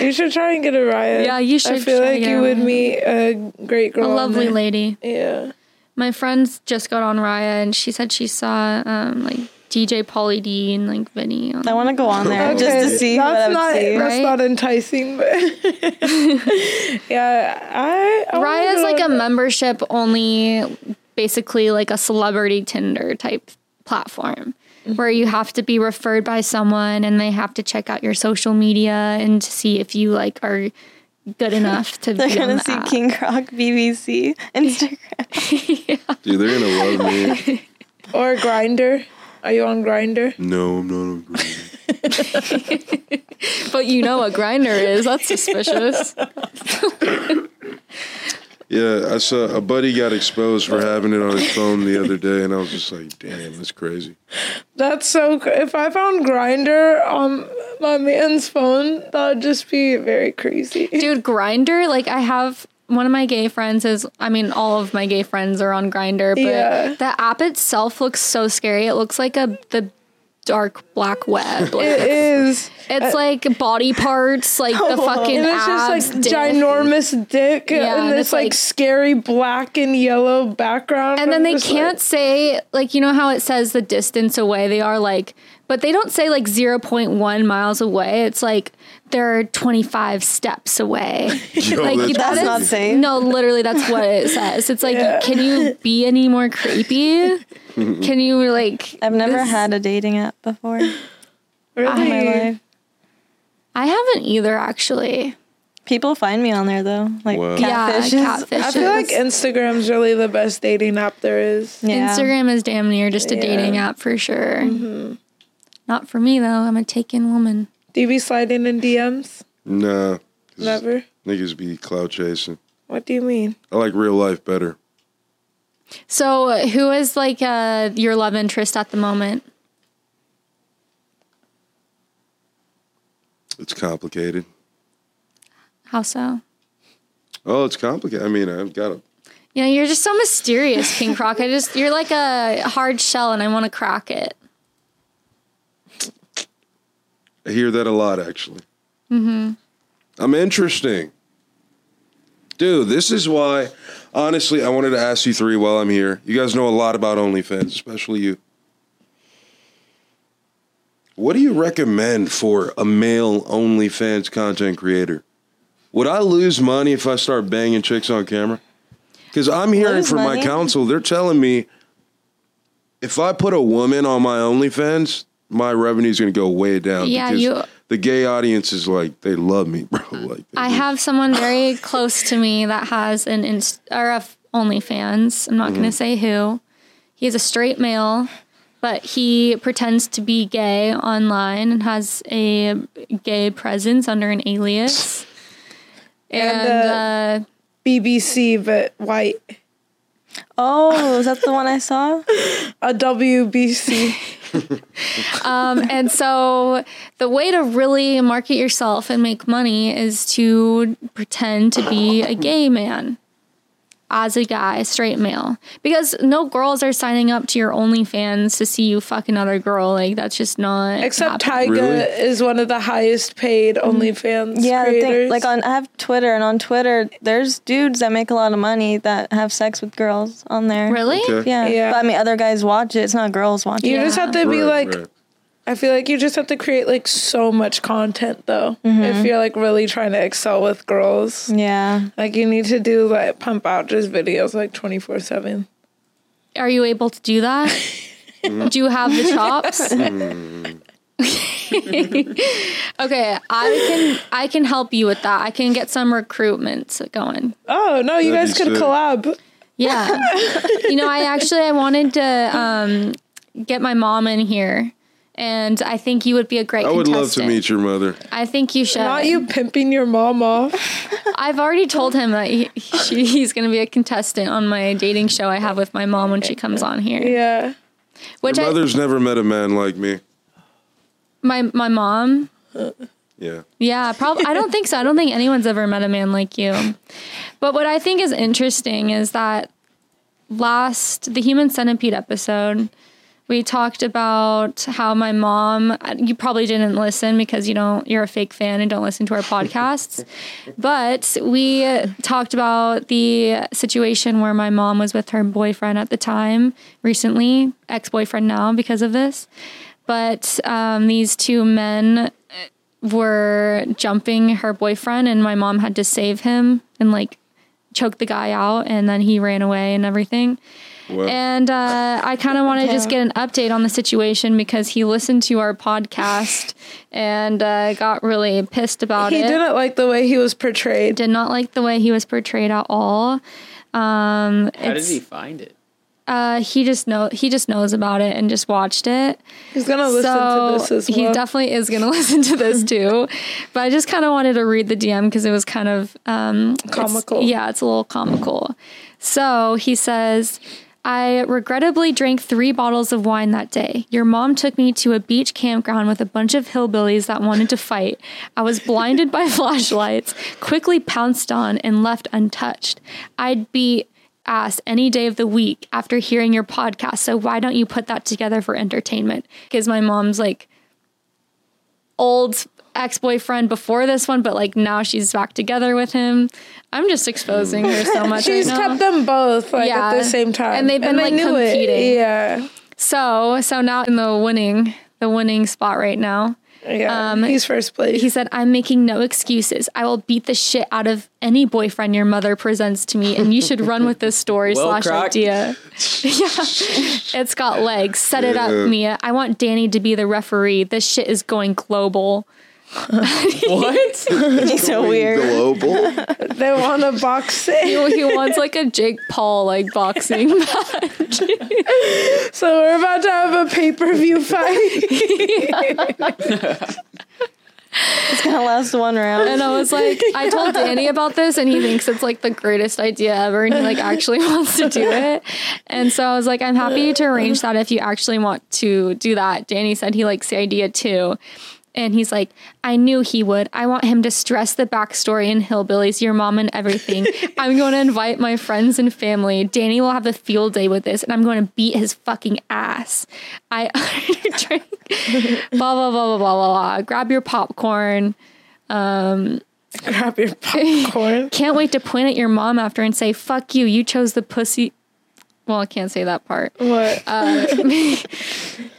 Speaker 3: You should try and get a Raya.
Speaker 1: Yeah, you
Speaker 3: I
Speaker 1: should
Speaker 3: feel
Speaker 1: try
Speaker 3: like
Speaker 1: and get
Speaker 3: you
Speaker 1: a
Speaker 3: would
Speaker 1: Raya.
Speaker 3: meet a great
Speaker 1: A
Speaker 3: girl. on
Speaker 1: lovely
Speaker 3: there.
Speaker 1: lady.
Speaker 3: Yeah.
Speaker 1: My friends just got on Raya, and she said she saw um, like DJ Pauly D and like Vinny. On.
Speaker 2: I want to go on there
Speaker 4: Okay.
Speaker 2: just to see what
Speaker 3: That's
Speaker 2: I
Speaker 3: not
Speaker 2: would see.
Speaker 3: that's
Speaker 1: Right?
Speaker 3: not enticing, but yeah, I, I wanna
Speaker 1: Raya's
Speaker 3: go
Speaker 1: like a
Speaker 3: on-
Speaker 1: membership only, basically like a celebrity Tinder type platform
Speaker 2: Mm-hmm.
Speaker 1: where you have to be referred by someone and they have to check out your social media and to see if you like are good enough to
Speaker 2: They're
Speaker 1: be on
Speaker 2: gonna
Speaker 1: the
Speaker 2: see
Speaker 1: app.
Speaker 2: King Croc BBC Instagram.
Speaker 4: Dude, they're gonna love me.
Speaker 3: or grinder. Are you on grinder?
Speaker 4: No, I'm not on Grindr.
Speaker 1: But you know what grinder is. That's suspicious.
Speaker 4: Yeah, I saw a buddy got exposed for having it on his phone the other day, and I was just like, damn, that's crazy.
Speaker 3: That's so. cr- If I found grinder on my man's phone, that would just be very crazy.
Speaker 1: Dude, grinder, like I have one of my gay friends is I mean all of my gay friends are on grinder, but
Speaker 3: Yeah.
Speaker 1: the app itself looks so scary. It looks like a the dark black web. Like
Speaker 3: It is.
Speaker 1: It's like body parts, like the fucking
Speaker 3: And it's
Speaker 1: abs.
Speaker 3: just like
Speaker 1: dick.
Speaker 3: ginormous dick
Speaker 1: Yeah,
Speaker 3: and
Speaker 1: and
Speaker 3: this
Speaker 1: it's,
Speaker 3: like,
Speaker 1: like-
Speaker 3: scary black and yellow background.
Speaker 1: and then
Speaker 3: I'm
Speaker 1: they
Speaker 3: just
Speaker 1: can't say like you know how it says the distance away. They are like, but they don't say like zero point one miles away. It's like they're twenty five steps away.
Speaker 4: Yo,
Speaker 1: like
Speaker 4: that's
Speaker 1: that
Speaker 2: That's
Speaker 1: is-
Speaker 2: not safe.
Speaker 1: No, literally, that's what it says. It's like, can you be any more creepy? can you like?
Speaker 2: I've never
Speaker 1: this-
Speaker 2: had a dating app before in
Speaker 3: like, really?
Speaker 2: my life.
Speaker 1: I haven't either, actually.
Speaker 2: People find me on there though, like
Speaker 4: Wow.
Speaker 2: catfishes.
Speaker 1: Yeah, catfishes.
Speaker 3: I feel like Instagram's really the best dating app there is.
Speaker 2: Yeah.
Speaker 1: Instagram is damn near just a
Speaker 3: Yeah. Mm-hmm.
Speaker 1: dating app for sure. Not for me though. I'm a taken woman.
Speaker 3: Do you be sliding in DMs?
Speaker 4: Nah. 'cause
Speaker 3: Never.
Speaker 4: Niggas be cloud chasing.
Speaker 3: What do you mean?
Speaker 4: I like real life better.
Speaker 1: So, who is like uh, your love interest at the moment?
Speaker 4: It's complicated.
Speaker 1: How so?
Speaker 4: Oh, it's complicated. I mean, I've got a
Speaker 1: You know, you're just so mysterious, King Croc. I just you're like a hard shell, and I want to crack it.
Speaker 4: I hear that a lot, actually. Mm-hmm. I'm interesting. Dude, this is why, honestly, I wanted to ask you three while I'm here. You guys know a lot about OnlyFans, especially you. What do you recommend for a male OnlyFans content creator? Would I lose money if I start banging chicks on camera? Because I'm hearing
Speaker 2: Lose
Speaker 4: from
Speaker 2: money?
Speaker 4: my counsel, they're telling me if I put a woman on my OnlyFans, my revenue's going to go way down.
Speaker 1: Yeah, you- Mm.
Speaker 4: the gay audience is like, they love me, bro. Like, they
Speaker 1: I
Speaker 4: do.
Speaker 1: have someone very close to me that has an inst- or a f- OnlyFans. I'm not going to say who. He's a straight male, but he pretends to be gay online and has a gay presence under an alias. And, uh,
Speaker 3: BBC, but white.
Speaker 2: Oh, is that the one I saw?
Speaker 3: A WBC.
Speaker 1: um, and so the way to really market yourself and make money is to pretend to be a gay man as a guy, straight male. Because no girls are signing up to your OnlyFans to see you fuck another girl. Like that's just not Mm-hmm.
Speaker 3: Except
Speaker 1: happening.
Speaker 3: Tyga
Speaker 4: Really?
Speaker 3: is one of the highest paid OnlyFans
Speaker 2: Yeah, the
Speaker 3: creators.
Speaker 2: thing,
Speaker 1: uh,
Speaker 2: like on I have Twitter, and on Twitter, there's dudes that make a lot of money that have sex with girls on there.
Speaker 1: Really?
Speaker 4: Okay.
Speaker 2: Yeah.
Speaker 3: Yeah.
Speaker 2: But I mean, other guys watch it. It's not girls watch
Speaker 3: you
Speaker 2: it.
Speaker 3: just have to be
Speaker 4: Right,
Speaker 3: like,
Speaker 4: right.
Speaker 3: I feel like you just have to create like so much content though.
Speaker 1: Mm-hmm.
Speaker 3: If you're like really trying to excel with girls,
Speaker 2: Yeah.
Speaker 1: Mm-hmm.
Speaker 3: like you need to do like pump out just videos like 24 7.
Speaker 1: Are you able to do that? do you have the chops? okay, I can I can help you with that. I can get some recruitments going.
Speaker 3: Oh, no, you
Speaker 4: That'd
Speaker 3: guys
Speaker 4: be
Speaker 3: could
Speaker 4: sick.
Speaker 3: collab.
Speaker 1: Yeah. you know, I actually I wanted to um, get my mom in here, and I think you would be a great.
Speaker 4: I would love to
Speaker 1: contestant.
Speaker 4: meet your mother.
Speaker 1: I think you should.
Speaker 3: Not you pimping your mom off.
Speaker 1: I've already told him that he, she, he's going to be a contestant on my dating show I have with my mom when she comes on here.
Speaker 3: Yeah.
Speaker 1: Which
Speaker 4: Your
Speaker 1: I,
Speaker 4: mother's never met a man like me.
Speaker 1: my my mom.
Speaker 4: Yeah.
Speaker 1: Yeah, probably. I don't think so. I don't think anyone's ever met a man like you. But what I think is interesting is that last the human centipede episode, we talked about how my mom. You probably didn't listen because you don't. You're a fake fan and don't listen to our podcasts. but we talked about the situation where my mom was with her boyfriend at the time, recently ex boyfriend now because of this. But um, these two men were jumping her boyfriend and my mom had to save him and like choke the guy out and then he ran away and everything
Speaker 4: Well,
Speaker 1: and uh, i kind of want to just get an update on the situation because he listened to our podcast and uh, got really pissed about
Speaker 3: He
Speaker 1: it
Speaker 3: didn't like the way he was portrayed.
Speaker 1: did not like the way he was portrayed at all um
Speaker 5: How did
Speaker 1: it's-
Speaker 5: he find it?
Speaker 1: uh, he just know he just knows about it and just watched it
Speaker 3: He's going to listen to this as well.
Speaker 1: he definitely is going to listen to this too. But I just kind of wanted to read the DM because it was kind of um, it's-
Speaker 3: Comical.
Speaker 1: yeah, it's a little comical. So he says, I regrettably drank three bottles of wine that day. Your mom took me to a beach campground with a bunch of hillbillies that wanted to fight. I was blinded by flashlights, quickly pounced on, and left untouched. I'd be ass any day of the week after hearing your podcast. So why don't you put that together for entertainment? Because my mom's like old ex-boyfriend before this one, but like now she's back together with him. I'm just exposing her so much.
Speaker 3: She's
Speaker 1: right now.
Speaker 3: kept them both like at
Speaker 1: Yeah.
Speaker 3: the same time.
Speaker 1: And they've been,
Speaker 3: I
Speaker 1: like,
Speaker 3: knew it.
Speaker 1: competing.
Speaker 3: Yeah.
Speaker 1: So so now in the winning the winning spot right now.
Speaker 3: Yeah.
Speaker 1: Um,
Speaker 3: He's first place.
Speaker 1: He said, I'm making no excuses. I will beat the shit out of any boyfriend your mother presents to me, and you should run with this story
Speaker 5: Well,
Speaker 1: slash
Speaker 5: Croc.
Speaker 1: idea. yeah. It's got legs. Set it up, Mia. I want Danny to be the referee. This shit is going global.
Speaker 5: What?
Speaker 2: He's so weird.
Speaker 4: global.
Speaker 3: they want to box it.
Speaker 1: He wants like a Jake Paul like boxing match.
Speaker 3: So we're about to have a pay per view fight.
Speaker 2: It's gonna last one round.
Speaker 1: And I was like, I told Danny about this, and he thinks it's like the greatest idea ever, and he like actually wants to do it. And so I was like, I'm happy to arrange that if you actually want to do that. Danny said he likes the idea too. And he's like, I knew he would. I want him to stress the backstory in Hillbillies, your mom, and everything. I'm going to invite my friends and family. Danny will have a field day with this, and I'm going to beat his fucking ass. I ordered a drink. blah, blah, blah, blah, blah, blah, blah. Grab your popcorn.
Speaker 3: Grab your popcorn.
Speaker 1: Can't wait to point at your mom after and say, fuck you, you chose the pussy. Well, I can't say that part.
Speaker 3: what?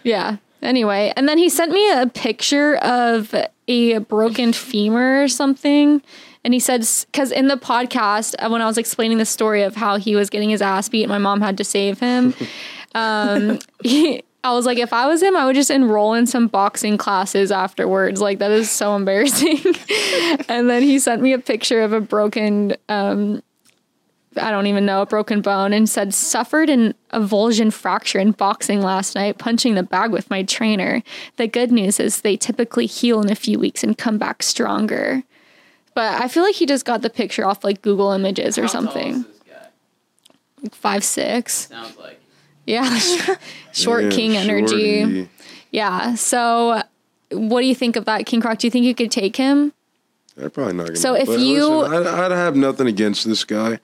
Speaker 1: Yeah. Anyway, and then he sent me a picture of a broken femur or something. And he said, because in the podcast, uh, when I was explaining the story of how he was getting his ass beat, and my mom had to save him. Um, he, I was like, if I was him, I would just enroll in some boxing classes afterwards. Like, that is so embarrassing. and then he sent me a picture of a broken um, I don't even know, a broken bone, and said, suffered an avulsion fracture in boxing last night, punching the bag with my trainer. The good news is they typically heal in a few weeks and come back stronger. But I feel like he just got the picture off like Google Images or something. Like five, six.
Speaker 5: Sounds like.
Speaker 1: Yeah. Short
Speaker 4: Yeah,
Speaker 1: king energy.
Speaker 4: shorty.
Speaker 1: Yeah. So what do you think of that, King Croc? Do you think you could take him?
Speaker 4: They're probably not gonna.
Speaker 1: So if
Speaker 4: but
Speaker 1: you-
Speaker 4: listen, I'd, I'd have nothing against this guy.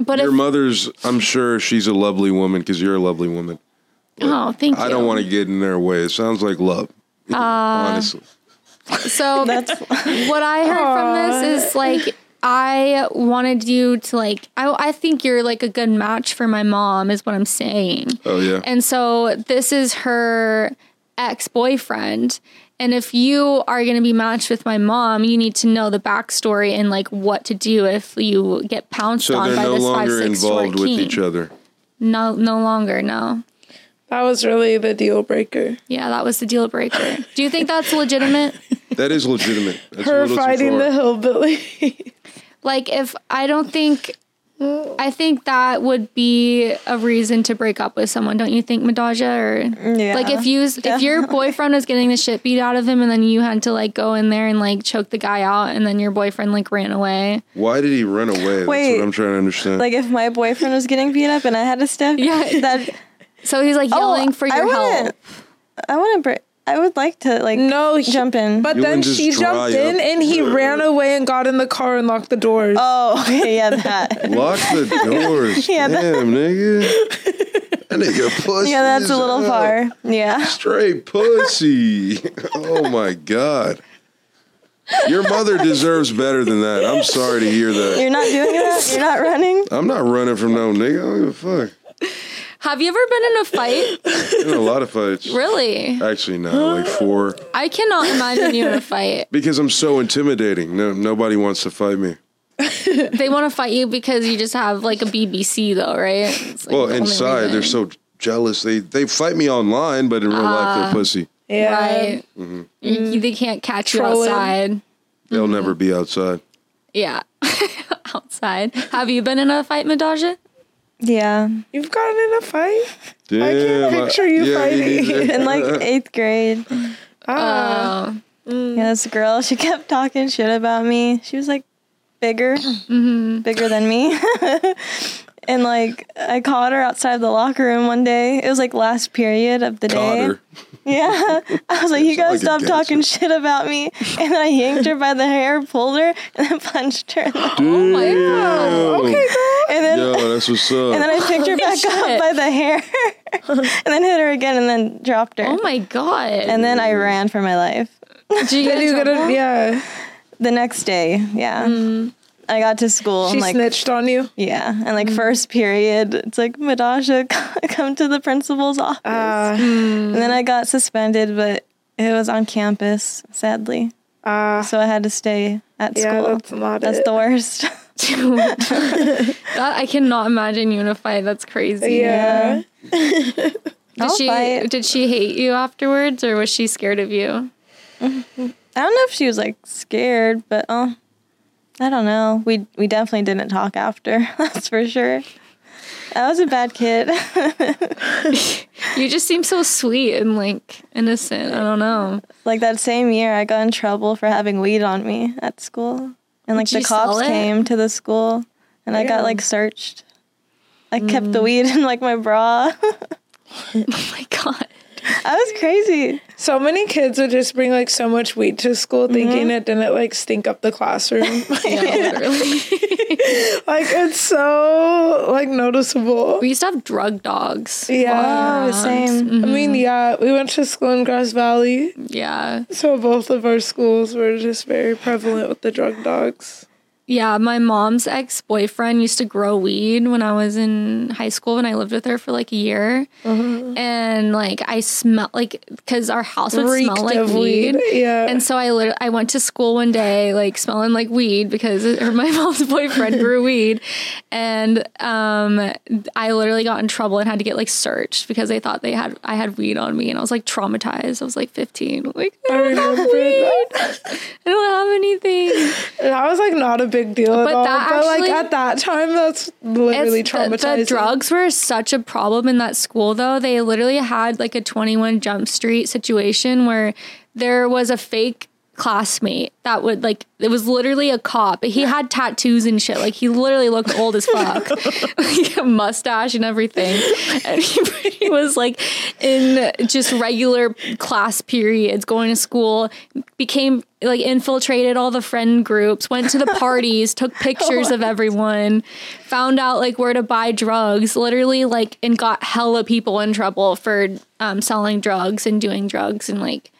Speaker 1: But
Speaker 4: Your
Speaker 1: if,
Speaker 4: mother's, I'm sure she's a lovely woman because you're a lovely woman.
Speaker 1: oh, thank you.
Speaker 4: I don't want to get in their way. It sounds like love.
Speaker 1: Uh,
Speaker 4: Honestly,
Speaker 1: to. So
Speaker 2: That's
Speaker 1: what I heard from this is like I wanted you to like I I think you're like a good match for my mom is what I'm saying.
Speaker 4: oh yeah,
Speaker 1: And so this is her ex-boyfriend and if you are going to be matched with my mom, you need to know the backstory and like what to do if you get pounced
Speaker 4: so
Speaker 1: on
Speaker 4: they're
Speaker 1: by
Speaker 4: no
Speaker 1: this
Speaker 4: longer
Speaker 1: 5'6" short
Speaker 4: involved with
Speaker 1: king.
Speaker 4: each other.
Speaker 1: No no longer, no.
Speaker 3: that was really the deal breaker.
Speaker 1: Yeah, that was the deal breaker. do you think that's legitimate?
Speaker 4: That is legitimate. That's a
Speaker 3: Her
Speaker 4: little too
Speaker 3: fighting
Speaker 4: far.
Speaker 3: the hillbilly.
Speaker 1: like if i don't think i think that would be a reason to break up with someone don't you think madaja or
Speaker 2: yeah.
Speaker 1: like if you if your boyfriend was getting the shit beat out of him and then you had to like go in there and like choke the guy out and then your boyfriend like ran away
Speaker 4: Why did he run away? That's
Speaker 2: Wait.
Speaker 4: what I'm trying to understand.
Speaker 2: like if my boyfriend was getting beat up and I had to step,
Speaker 1: Yeah.
Speaker 2: that
Speaker 1: so he's like yelling for
Speaker 2: Oh, I
Speaker 1: your help
Speaker 2: wouldn't- I wouldn't. Br- I would like to like
Speaker 3: No, he-
Speaker 2: jump in.
Speaker 3: But
Speaker 4: You
Speaker 3: then
Speaker 4: wouldn't just
Speaker 3: she
Speaker 4: dry
Speaker 3: jumped in
Speaker 4: up.
Speaker 3: and he ran away and got in the car and locked the doors.
Speaker 2: oh okay, yeah, that
Speaker 4: Lock the doors,
Speaker 2: Yeah, that-
Speaker 4: damn nigga. That nigga pussy.
Speaker 2: yeah, that's a
Speaker 4: is
Speaker 2: little
Speaker 4: up.
Speaker 2: far. Yeah,
Speaker 4: Straight pussy. oh my god. Your mother deserves better than that. I'm sorry to hear that.
Speaker 2: you're not doing that. You're not running.
Speaker 4: I'm not running from no nigga. I don't give a fuck.
Speaker 1: have you ever been in a fight
Speaker 4: Been in a lot of fights.
Speaker 1: really
Speaker 4: Actually, no, like four.
Speaker 1: i cannot imagine you in a fight
Speaker 4: Because I'm so intimidating. No, nobody wants to fight me.
Speaker 1: they want to fight you because you just have like a bbc though right It's, like, oh,
Speaker 4: Well,
Speaker 1: the only
Speaker 4: inside they're
Speaker 1: reason.
Speaker 4: so jealous. They they fight me online, but in real life they're pussy.
Speaker 3: yeah.
Speaker 1: right You- they can't catch you
Speaker 3: Trolling.
Speaker 1: outside
Speaker 4: They'll never be outside.
Speaker 1: Yeah. Outside. Have you been in a fight, Madaja?
Speaker 2: Yeah,
Speaker 3: You've gotten in a fight?
Speaker 4: Damn, I
Speaker 3: can't picture you fighting.
Speaker 2: in like eighth grade.
Speaker 3: Ah.
Speaker 1: Mm.
Speaker 2: Yeah, this girl, she kept talking shit about me. She was like bigger,
Speaker 1: Mm-hmm.
Speaker 2: bigger than me. and like, I caught her outside the locker room one day. It was like last period of the
Speaker 4: Caught
Speaker 2: day.
Speaker 4: her.
Speaker 2: Yeah. I was like, you
Speaker 4: like
Speaker 2: gotta
Speaker 4: a
Speaker 2: stop
Speaker 4: gangster.
Speaker 2: talking shit about me. And then I yanked her by the hair, pulled her, and then punched her. And
Speaker 1: Oh my god.
Speaker 4: Okay,
Speaker 2: then,
Speaker 4: Yo, that's what's up.
Speaker 2: and then I picked her back
Speaker 1: shit.
Speaker 2: up by the hair and then hit her again and then dropped her.
Speaker 1: Oh my god.
Speaker 2: and then I ran for my life.
Speaker 1: Did you get
Speaker 3: Did
Speaker 1: in
Speaker 3: you get
Speaker 1: trouble?
Speaker 3: a, yeah.
Speaker 2: The next day, yeah. I got to school.
Speaker 3: Mm. She Mm.
Speaker 2: and, like,
Speaker 3: snitched on you.
Speaker 2: Yeah, and like first period, it's like Madasha, come to the principal's office.
Speaker 3: Uh,
Speaker 2: and then I got suspended, but it was on campus, sadly.
Speaker 3: uh,
Speaker 2: So I had to stay at
Speaker 3: yeah,
Speaker 2: school.
Speaker 3: that's not
Speaker 2: That's
Speaker 3: it.
Speaker 2: the worst.
Speaker 1: That I cannot imagine you in a fight. That's crazy.
Speaker 3: yeah.
Speaker 1: Did
Speaker 2: I'll
Speaker 1: she
Speaker 2: fight.
Speaker 1: did she hate you afterwards or was she scared of you?
Speaker 2: I don't know if she was like scared, but oh, I don't know. We we definitely didn't talk after. That's for sure. I was a bad kid.
Speaker 1: You just seem so sweet and like innocent. I don't know.
Speaker 2: like that same year, I got in trouble for having weed on me at school, and like
Speaker 1: Did
Speaker 2: the
Speaker 1: you sell
Speaker 2: cops
Speaker 1: it?
Speaker 2: came to the school, and I got like searched. I kept
Speaker 1: Mm.
Speaker 2: the weed in like my bra.
Speaker 1: Oh my god.
Speaker 2: I was crazy.
Speaker 3: So many kids would just bring like so much weed to
Speaker 1: Mm-hmm.
Speaker 3: school thinking it didn't like stink up the classroom.
Speaker 1: Yeah, literally.
Speaker 3: like it's so like noticeable.
Speaker 1: We used to have drug dogs.
Speaker 3: Yeah.
Speaker 2: Oh, same.
Speaker 3: I
Speaker 1: Mm-hmm.
Speaker 3: mean, yeah, we went to school in Grass Valley,
Speaker 1: Yeah.
Speaker 3: so both of our schools were just very prevalent with the drug dogs.
Speaker 1: Yeah, my mom's ex boyfriend used to grow weed when I was in high school and I lived with her for like a year.
Speaker 3: Uh-huh.
Speaker 1: And like I smelled like because our house would
Speaker 3: Reeked
Speaker 1: smell like
Speaker 3: of
Speaker 1: weed.
Speaker 3: weed, yeah.
Speaker 1: And so I lit- I went to school one day like smelling like weed because it- or my mom's boyfriend grew weed. And um I literally got in trouble and had to get like searched because they thought they had I had weed on me and I was like traumatized. I was like 15. Like I
Speaker 3: I remember that.
Speaker 1: don't have anything.
Speaker 3: That was like not a big deal at
Speaker 1: But
Speaker 3: all.
Speaker 1: that
Speaker 3: but
Speaker 1: actually-
Speaker 3: like at that time, that's literally
Speaker 1: It's- uh, the-
Speaker 3: traumatizing.
Speaker 1: The, drugs were such a problem in that school, though. They literally had like a 21 Jump Street situation where there was a fake classmate that would like it was literally a cop but he had tattoos and shit like he literally looked old as fuck like a mustache and everything and he, he was like in just regular class periods going to school became like infiltrated all the friend groups went to the parties took pictures of everyone found out like where to buy drugs literally like and got hella people in trouble for um, selling drugs and doing drugs and like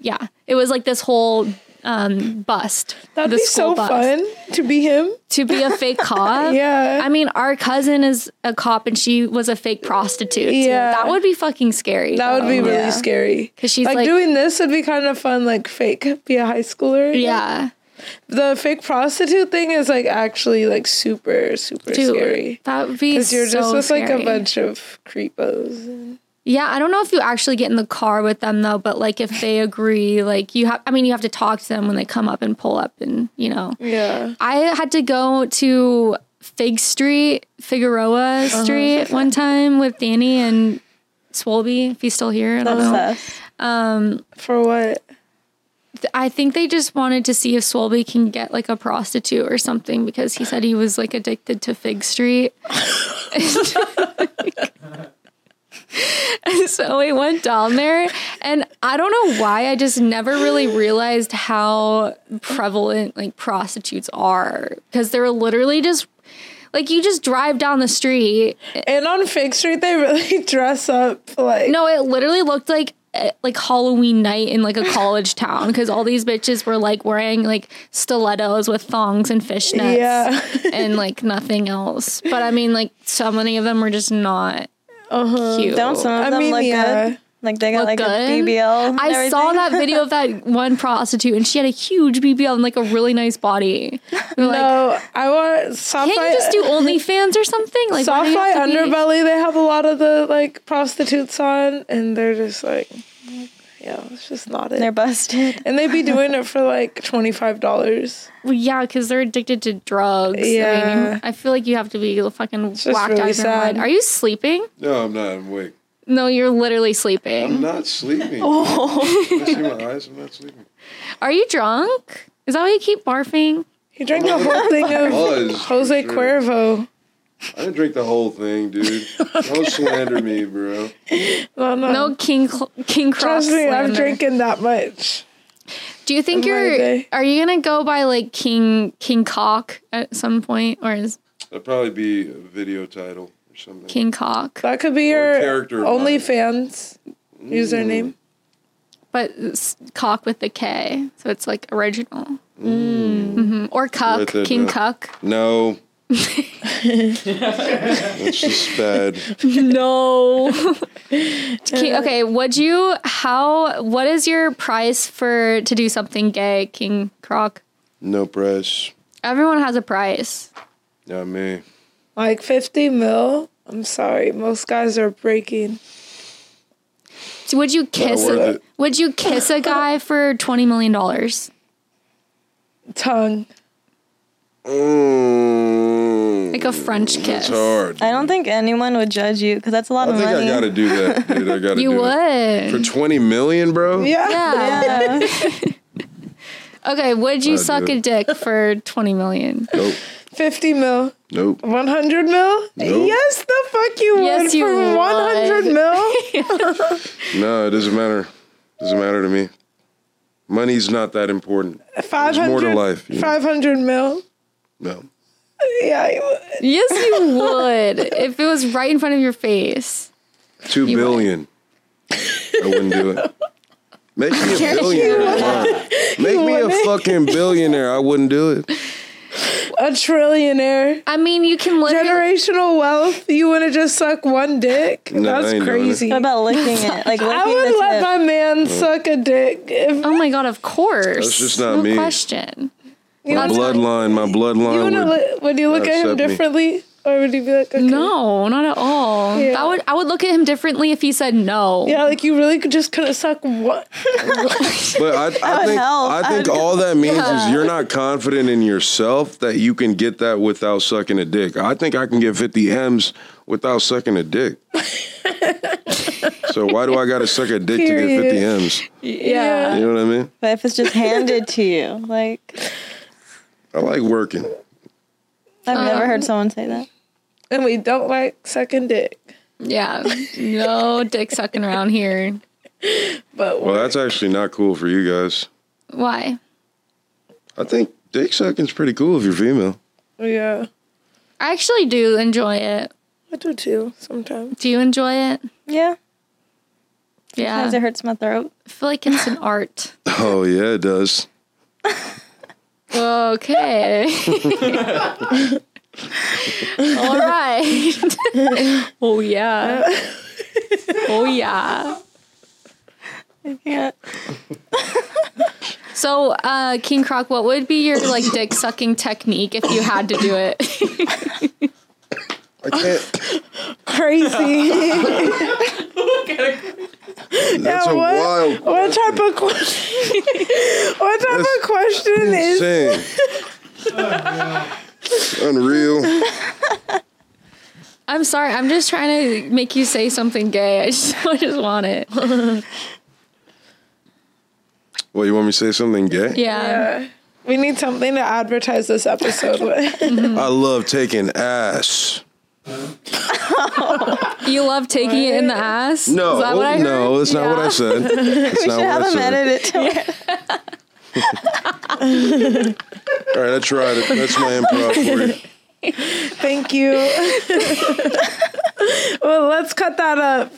Speaker 1: yeah it was like this whole um bust
Speaker 3: That'd
Speaker 1: the
Speaker 3: be
Speaker 1: school
Speaker 3: so
Speaker 1: bust.
Speaker 3: fun to be him.
Speaker 1: to be a fake cop
Speaker 3: Yeah.
Speaker 1: i mean our cousin is a cop and she was a fake prostitute yeah
Speaker 3: Yeah.
Speaker 1: that would be fucking scary
Speaker 3: That would be really
Speaker 2: Yeah.
Speaker 3: scary.
Speaker 1: Um, 'Cause she's
Speaker 3: like,
Speaker 1: like-
Speaker 3: doing this would be kind of fun, like fake be a high schooler.
Speaker 1: yeah
Speaker 3: The fake prostitute thing is like actually like super super
Speaker 1: dude
Speaker 3: scary.
Speaker 1: that would be
Speaker 3: Because you're
Speaker 1: so
Speaker 3: just with like a
Speaker 1: scary.
Speaker 3: bunch of creepos.
Speaker 1: yeah i don't know if you actually get in the car with them though but like if they agree like you have i mean you have to talk to them when they come up and pull up and you know
Speaker 3: Yeah.
Speaker 1: I had to go to Fig Street, Figueroa
Speaker 3: Uh-huh.
Speaker 1: Street one time with Danny and Swolby, if he's still here. I don't know.
Speaker 2: Obsessed.
Speaker 3: For what?
Speaker 1: I think they just wanted to see if Swolby can get like a prostitute or something because he said he was like addicted to Fig Street. And so we went down there, and I don't know why I just never really realized how prevalent like prostitutes are because they're literally just like you just drive down the street
Speaker 3: And on Fake Street, they really dress up like.
Speaker 1: No, it literally looked like eh, like Halloween night in like a college town because all these bitches were like wearing like stilettos with thongs and fishnets
Speaker 3: Yeah.
Speaker 1: and like nothing else. But I mean, like so many of them were just not cute.
Speaker 2: Uh-huh. Don't some of
Speaker 3: I
Speaker 2: them
Speaker 3: mean,
Speaker 2: look
Speaker 3: yeah.
Speaker 2: good? Like they got
Speaker 1: Look
Speaker 2: like
Speaker 1: good?
Speaker 2: a BBL. and
Speaker 1: I saw
Speaker 2: everything?
Speaker 1: that video of that one prostitute and she had a huge BBL and like a really nice body. They're like,
Speaker 3: No, I want soft
Speaker 1: can't you just do OnlyFans or something? Like, why do
Speaker 3: Soft
Speaker 1: you
Speaker 3: fly
Speaker 1: have to be-
Speaker 3: underbelly, they have a lot of the like prostitutes on, and they're just like, yeah, it's just not it.
Speaker 2: They're busted.
Speaker 3: and they'd be doing it for like twenty five dollars.
Speaker 1: Well, yeah, because they're addicted to drugs. I, mean,
Speaker 3: Yeah.
Speaker 1: you- I feel like you have to be fucking
Speaker 3: just
Speaker 1: whacked out
Speaker 3: really
Speaker 1: of your mind.
Speaker 3: sad.
Speaker 1: Are you sleeping?
Speaker 4: No, I'm not. I'm awake.
Speaker 1: No, you're literally
Speaker 4: I'm
Speaker 1: sleeping.
Speaker 4: not sleeping. Oh. I see my eyes. I'm not sleeping.
Speaker 1: Are you drunk? Is that why you keep barfing?
Speaker 3: He drank the whole thing of
Speaker 4: Buzz, for
Speaker 3: Jose
Speaker 4: sure.
Speaker 3: Cuervo.
Speaker 4: I didn't drink the whole thing, dude. Don't slander me, bro.
Speaker 3: No, no,
Speaker 1: No King Cl- King Cross.
Speaker 3: trust me, I'm
Speaker 1: slander.
Speaker 3: drinking that much.
Speaker 1: Do you think
Speaker 3: my
Speaker 1: you're
Speaker 3: day.
Speaker 1: are you gonna go by like King King Cock at some point or is
Speaker 4: That'd probably be a video title or something.
Speaker 1: King Cock?
Speaker 3: That could be
Speaker 4: Or
Speaker 3: your
Speaker 4: character Mm.
Speaker 3: OnlyFans username.
Speaker 1: But it's cock with the K, so it's like original. hmm Or
Speaker 4: Write
Speaker 1: Cuck
Speaker 4: that
Speaker 1: King
Speaker 4: down.
Speaker 1: Cuck.
Speaker 4: No. That's just bad.
Speaker 1: No. King, okay, would you how what is your price for to do something gay, King Croc?
Speaker 4: No press.
Speaker 1: Everyone has a price.
Speaker 4: Not me.
Speaker 3: Like fifty mil. I'm sorry, most guys are breaking.
Speaker 1: So would you kiss
Speaker 4: worth it.
Speaker 1: would you kiss a guy for 20 million dollars?
Speaker 3: Tongue.
Speaker 4: Mm.
Speaker 1: Like a French
Speaker 4: It's
Speaker 1: kiss.
Speaker 4: hard.
Speaker 2: I don't think anyone would judge you because that's a lot
Speaker 4: I
Speaker 2: of
Speaker 4: think
Speaker 2: money.
Speaker 4: I gotta do that, dude. I gotta
Speaker 1: You
Speaker 4: do that.
Speaker 1: would.
Speaker 4: For 20 million, bro?
Speaker 3: Yeah.
Speaker 1: yeah.
Speaker 2: yeah.
Speaker 1: Okay, would you
Speaker 4: I'd
Speaker 1: suck
Speaker 4: do
Speaker 1: a dick for 20 million?
Speaker 4: Nope.
Speaker 3: 50 mil.
Speaker 4: Nope.
Speaker 3: 100 mil? Yes, the fuck you
Speaker 1: Yes,
Speaker 3: would
Speaker 1: you
Speaker 3: for
Speaker 1: would.
Speaker 3: 100 mil?
Speaker 4: No, it doesn't matter. doesn't matter to me. Money's not that important.
Speaker 3: 500,
Speaker 4: more to life, you know.
Speaker 3: 500 mil?
Speaker 4: No.
Speaker 3: Yeah, you would.
Speaker 1: Yes, you would. if it was right in front of your face.
Speaker 4: Two
Speaker 1: would.
Speaker 4: billion. I wouldn't do it. Make me a billionaire. Mom. Make me a fucking billionaire. I wouldn't do it.
Speaker 3: a trillionaire.
Speaker 1: I mean, you can live. your-
Speaker 3: Generational wealth. You want to just suck one dick?
Speaker 4: No, I
Speaker 3: That's
Speaker 4: ain't doing it.
Speaker 3: crazy.
Speaker 2: what about licking it? Like licking
Speaker 3: I
Speaker 2: the
Speaker 3: would let
Speaker 2: tip.
Speaker 3: my
Speaker 4: Mm.
Speaker 3: man suck a dick. If
Speaker 1: oh my God, of course.
Speaker 4: That's just not
Speaker 1: no
Speaker 4: me.
Speaker 1: question.
Speaker 4: My bloodline, my
Speaker 3: you
Speaker 4: bloodline
Speaker 3: would,
Speaker 4: would.
Speaker 3: li- would you look
Speaker 4: not
Speaker 3: at him
Speaker 4: accept me.
Speaker 3: differently, or would you be like, okay.
Speaker 1: No, not at all.
Speaker 3: Yeah.
Speaker 1: That would I would look at him differently if he said no.
Speaker 3: Yeah, like you really could just couldn't suck one.
Speaker 4: But I, I
Speaker 2: would
Speaker 4: think
Speaker 2: help.
Speaker 4: I
Speaker 2: I would-
Speaker 4: think all that means is you're not confident in yourself that you can get that without sucking a dick. I think I can get 50 m's without sucking a dick. so why do I got to suck a dick to get 50
Speaker 3: Period.
Speaker 4: m's?
Speaker 1: Yeah.
Speaker 4: You know what I mean?
Speaker 2: But if it's just handed to you, like
Speaker 4: I like working.
Speaker 2: I've never
Speaker 1: Um,
Speaker 2: heard someone say that.
Speaker 3: and we don't like sucking dick.
Speaker 1: Yeah. No dick sucking around here.
Speaker 3: But
Speaker 4: Well, that's actually not cool for you guys.
Speaker 1: Why?
Speaker 4: I think dick sucking's pretty cool if you're female.
Speaker 3: yeah,
Speaker 1: I actually do enjoy it.
Speaker 3: uh, I do too sometimes.
Speaker 1: Do you enjoy it?
Speaker 2: Yeah.
Speaker 1: Yeah.
Speaker 2: Sometimes it hurts my throat.
Speaker 1: I feel like it's an art.
Speaker 4: Oh yeah, it does.
Speaker 1: Okay. All right. oh yeah. Oh yeah.
Speaker 2: Yeah.
Speaker 1: So, uh, King Croc, what would be your like dick sucking technique if you had to do it?
Speaker 4: I can't.
Speaker 3: Crazy.
Speaker 4: That's a
Speaker 3: what?
Speaker 4: wild.
Speaker 3: what type of question? what type of question is
Speaker 4: Insane. Unreal.
Speaker 1: I'm sorry. I'm just trying to make you say something gay. I just, I just want it.
Speaker 4: What you want me to say something gay?
Speaker 1: Yeah.
Speaker 3: Yeah. We need something to advertise this episode with.
Speaker 4: I love taking ass.
Speaker 1: You love taking it in the ass.
Speaker 4: No,
Speaker 1: Is that what I heard?
Speaker 4: no, that's not what I said. That's not
Speaker 2: Should
Speaker 4: what
Speaker 2: have
Speaker 4: I
Speaker 2: him
Speaker 4: said.
Speaker 2: edit it. to-
Speaker 4: All right, I tried it. That's my improv for you.
Speaker 3: Thank you. well, let's cut that up.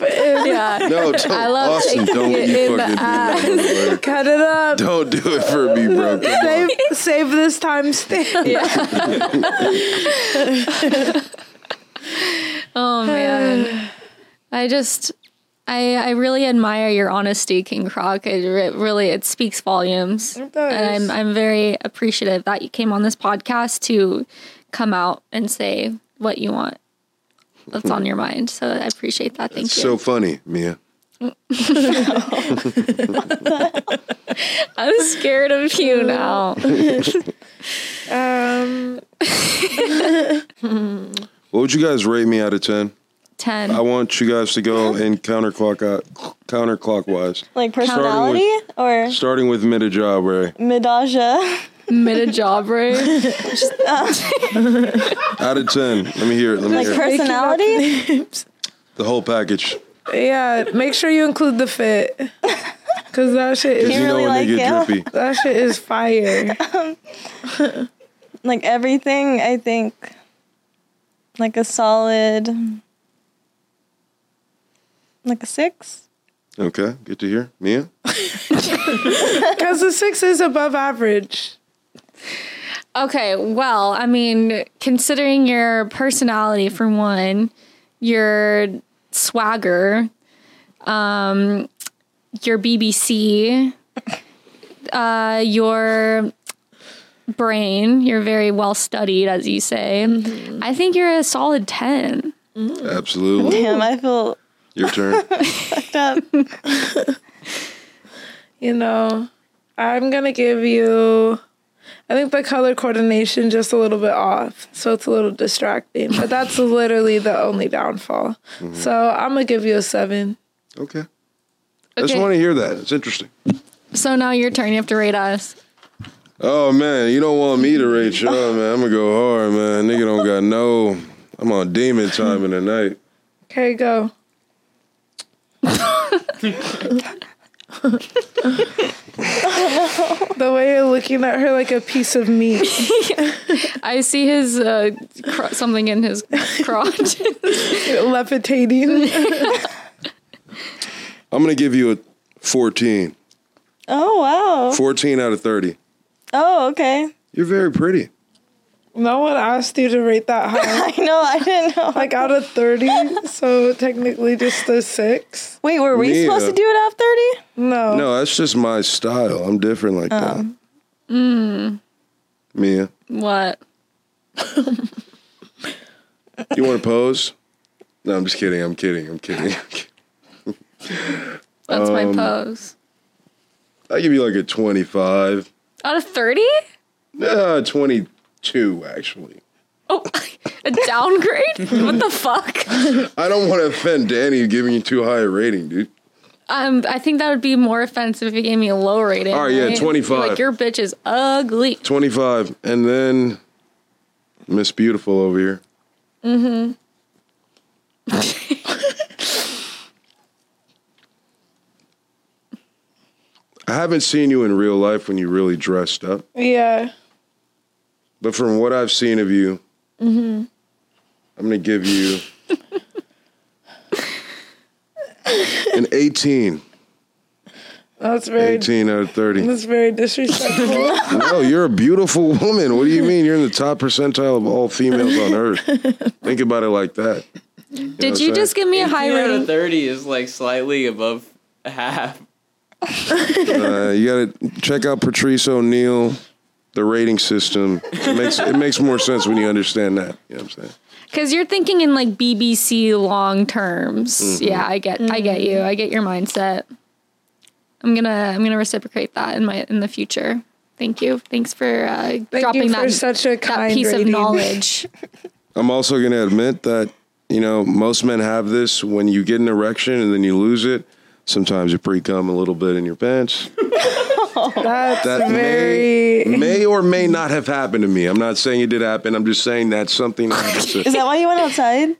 Speaker 3: If-
Speaker 1: Yeah.
Speaker 4: No, don't,
Speaker 1: I love
Speaker 4: Austin,
Speaker 1: taking
Speaker 4: don't
Speaker 1: it in
Speaker 4: you
Speaker 1: the
Speaker 4: fucking do that. bro.
Speaker 3: Cut it up.
Speaker 4: Don't do it for me, bro. Come on.
Speaker 3: Save, save this time stamp.
Speaker 1: Oh man, I just, I, I really admire your honesty, King Croc. It re- really, it speaks volumes, and I'm, I'm very appreciative that you came on this podcast to come out and say what you want, that's on your mind. So I appreciate that. Thank you.
Speaker 4: So funny, Mia.
Speaker 1: I'm scared of you now.
Speaker 3: Um,
Speaker 4: What would you guys rate me out of ten?
Speaker 1: Ten.
Speaker 4: I want you guys to go in counterclockwise, counterclockwise,
Speaker 2: Like personality or
Speaker 4: starting with Midajabre.
Speaker 2: midaja.
Speaker 1: Mid a job right?
Speaker 4: Out of ten, let me hear it. Let me
Speaker 2: Like
Speaker 4: hear it.
Speaker 2: personality?
Speaker 4: the whole package.
Speaker 3: yeah, make sure you include the fit. Cause that shit is
Speaker 4: You know
Speaker 2: really
Speaker 4: when they
Speaker 2: like
Speaker 4: get
Speaker 2: it.
Speaker 4: drippy.
Speaker 3: that shit is fire.
Speaker 2: Like everything, I think like a solid like a six.
Speaker 4: Okay, good to hear, Mia.
Speaker 3: Cause the six is above average.
Speaker 1: Okay, well, I mean, considering your personality for one, your swagger, um, your BBC, uh, your brain, you're very well studied, as you say. I think you're a solid 10.
Speaker 4: Absolutely,
Speaker 2: Damn, I feel
Speaker 4: your turn.
Speaker 2: fucked up.
Speaker 3: You know, I'm gonna give you. I think the color coordination just a little bit off, so it's a little distracting. But that's literally the only downfall. So I'm gonna give you a seven.
Speaker 4: Okay. I just
Speaker 1: Okay.
Speaker 4: want to hear that. It's interesting.
Speaker 1: So now your turn. You have to rate us.
Speaker 4: Oh man, you don't want me to rate you, up, man. I'm gonna go hard, man. Nigga don't got no. I'm on demon time in the night.
Speaker 3: Okay, go. the way you're looking at her like a piece of meat.
Speaker 1: I see his uh, cro- something in his crotch.
Speaker 3: levitating.
Speaker 4: I'm gonna give you a 14.
Speaker 2: Oh wow.
Speaker 4: 14 out of 30.
Speaker 2: Oh okay.
Speaker 4: You're very pretty.
Speaker 3: No one asked you to rate that high.
Speaker 2: I know. I didn't know.
Speaker 3: Like out of 30, so technically just a six.
Speaker 2: Wait, were we
Speaker 4: Yeah.
Speaker 2: supposed to do it off thirty?
Speaker 3: No.
Speaker 4: No, that's just my style. I'm different like that. Mm. Mia,
Speaker 1: what?
Speaker 4: you want to pose? No, I'm just kidding. I'm kidding. I'm kidding.
Speaker 1: That's my pose.
Speaker 4: I give you like a 25.
Speaker 1: Out of 30?
Speaker 4: Uh, 22 actually.
Speaker 1: Oh, a downgrade? what the fuck?
Speaker 4: I don't want to offend Danny giving you too high a rating, dude.
Speaker 1: Um, I think that would be more offensive if you gave me a low rating.
Speaker 4: All right, yeah, 25.
Speaker 1: Like your bitch is ugly.
Speaker 4: 25 and then Miss Beautiful over here. Mm-hmm. I haven't seen you in real life when you really dressed up,
Speaker 3: Yeah.
Speaker 4: but from what I've seen of you, I'm gonna give you an 18,
Speaker 3: That's very
Speaker 4: 18 out of 30.
Speaker 3: that's very disrespectful.
Speaker 4: No, you're a beautiful woman. What do you mean? You're in the top percentile of all females on earth. Think about it like that. know
Speaker 1: Did
Speaker 4: what
Speaker 1: you
Speaker 4: I'm
Speaker 1: just give me a high
Speaker 5: out
Speaker 1: rating?
Speaker 5: of thirty is like slightly above half.
Speaker 4: Uh, you gotta check out Patrice O'Neill, the rating system. It makes it makes more sense when you understand that. You know what I'm saying?
Speaker 1: Because you're thinking in like BBC long terms.
Speaker 4: Mm-hmm.
Speaker 1: Yeah, I get, I get you. I get your mindset. I'm gonna, I'm gonna reciprocate that in my in the future. Thank you. Thanks for uh, dropping
Speaker 3: you for
Speaker 1: that
Speaker 3: such a
Speaker 1: that
Speaker 3: kind
Speaker 1: piece of
Speaker 3: rating.
Speaker 1: knowledge.
Speaker 4: I'm also gonna admit that you know most men have this when you get an erection and then you lose it. Sometimes you pre cum a little bit in your pants.
Speaker 3: That's
Speaker 4: That
Speaker 3: very
Speaker 4: may, may or may not have happened to me. I'm not saying it did happen. I'm just saying that's something. That happens to-
Speaker 2: Is that why you went outside?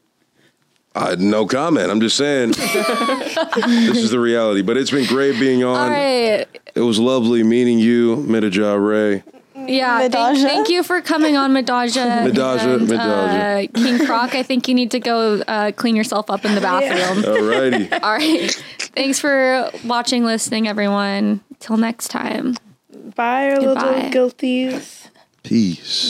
Speaker 4: Uh, no comment. I'm just saying. this is the reality. But it's been great being
Speaker 1: All
Speaker 4: on.
Speaker 1: right.
Speaker 4: It was lovely meeting you, Midaja Ray.
Speaker 1: Yeah, thank,
Speaker 2: Medaja?
Speaker 1: thank you for coming on Medaja.
Speaker 4: Medaja,
Speaker 1: and,
Speaker 4: Medaja.
Speaker 1: Uh, King Croc, I think you need to go uh, clean yourself up in the bathroom.
Speaker 4: Alrighty.
Speaker 1: All right. Thanks for watching, listening, everyone. Till next time.
Speaker 3: bye, our
Speaker 1: Goodbye.
Speaker 3: little guilties.
Speaker 4: Peace.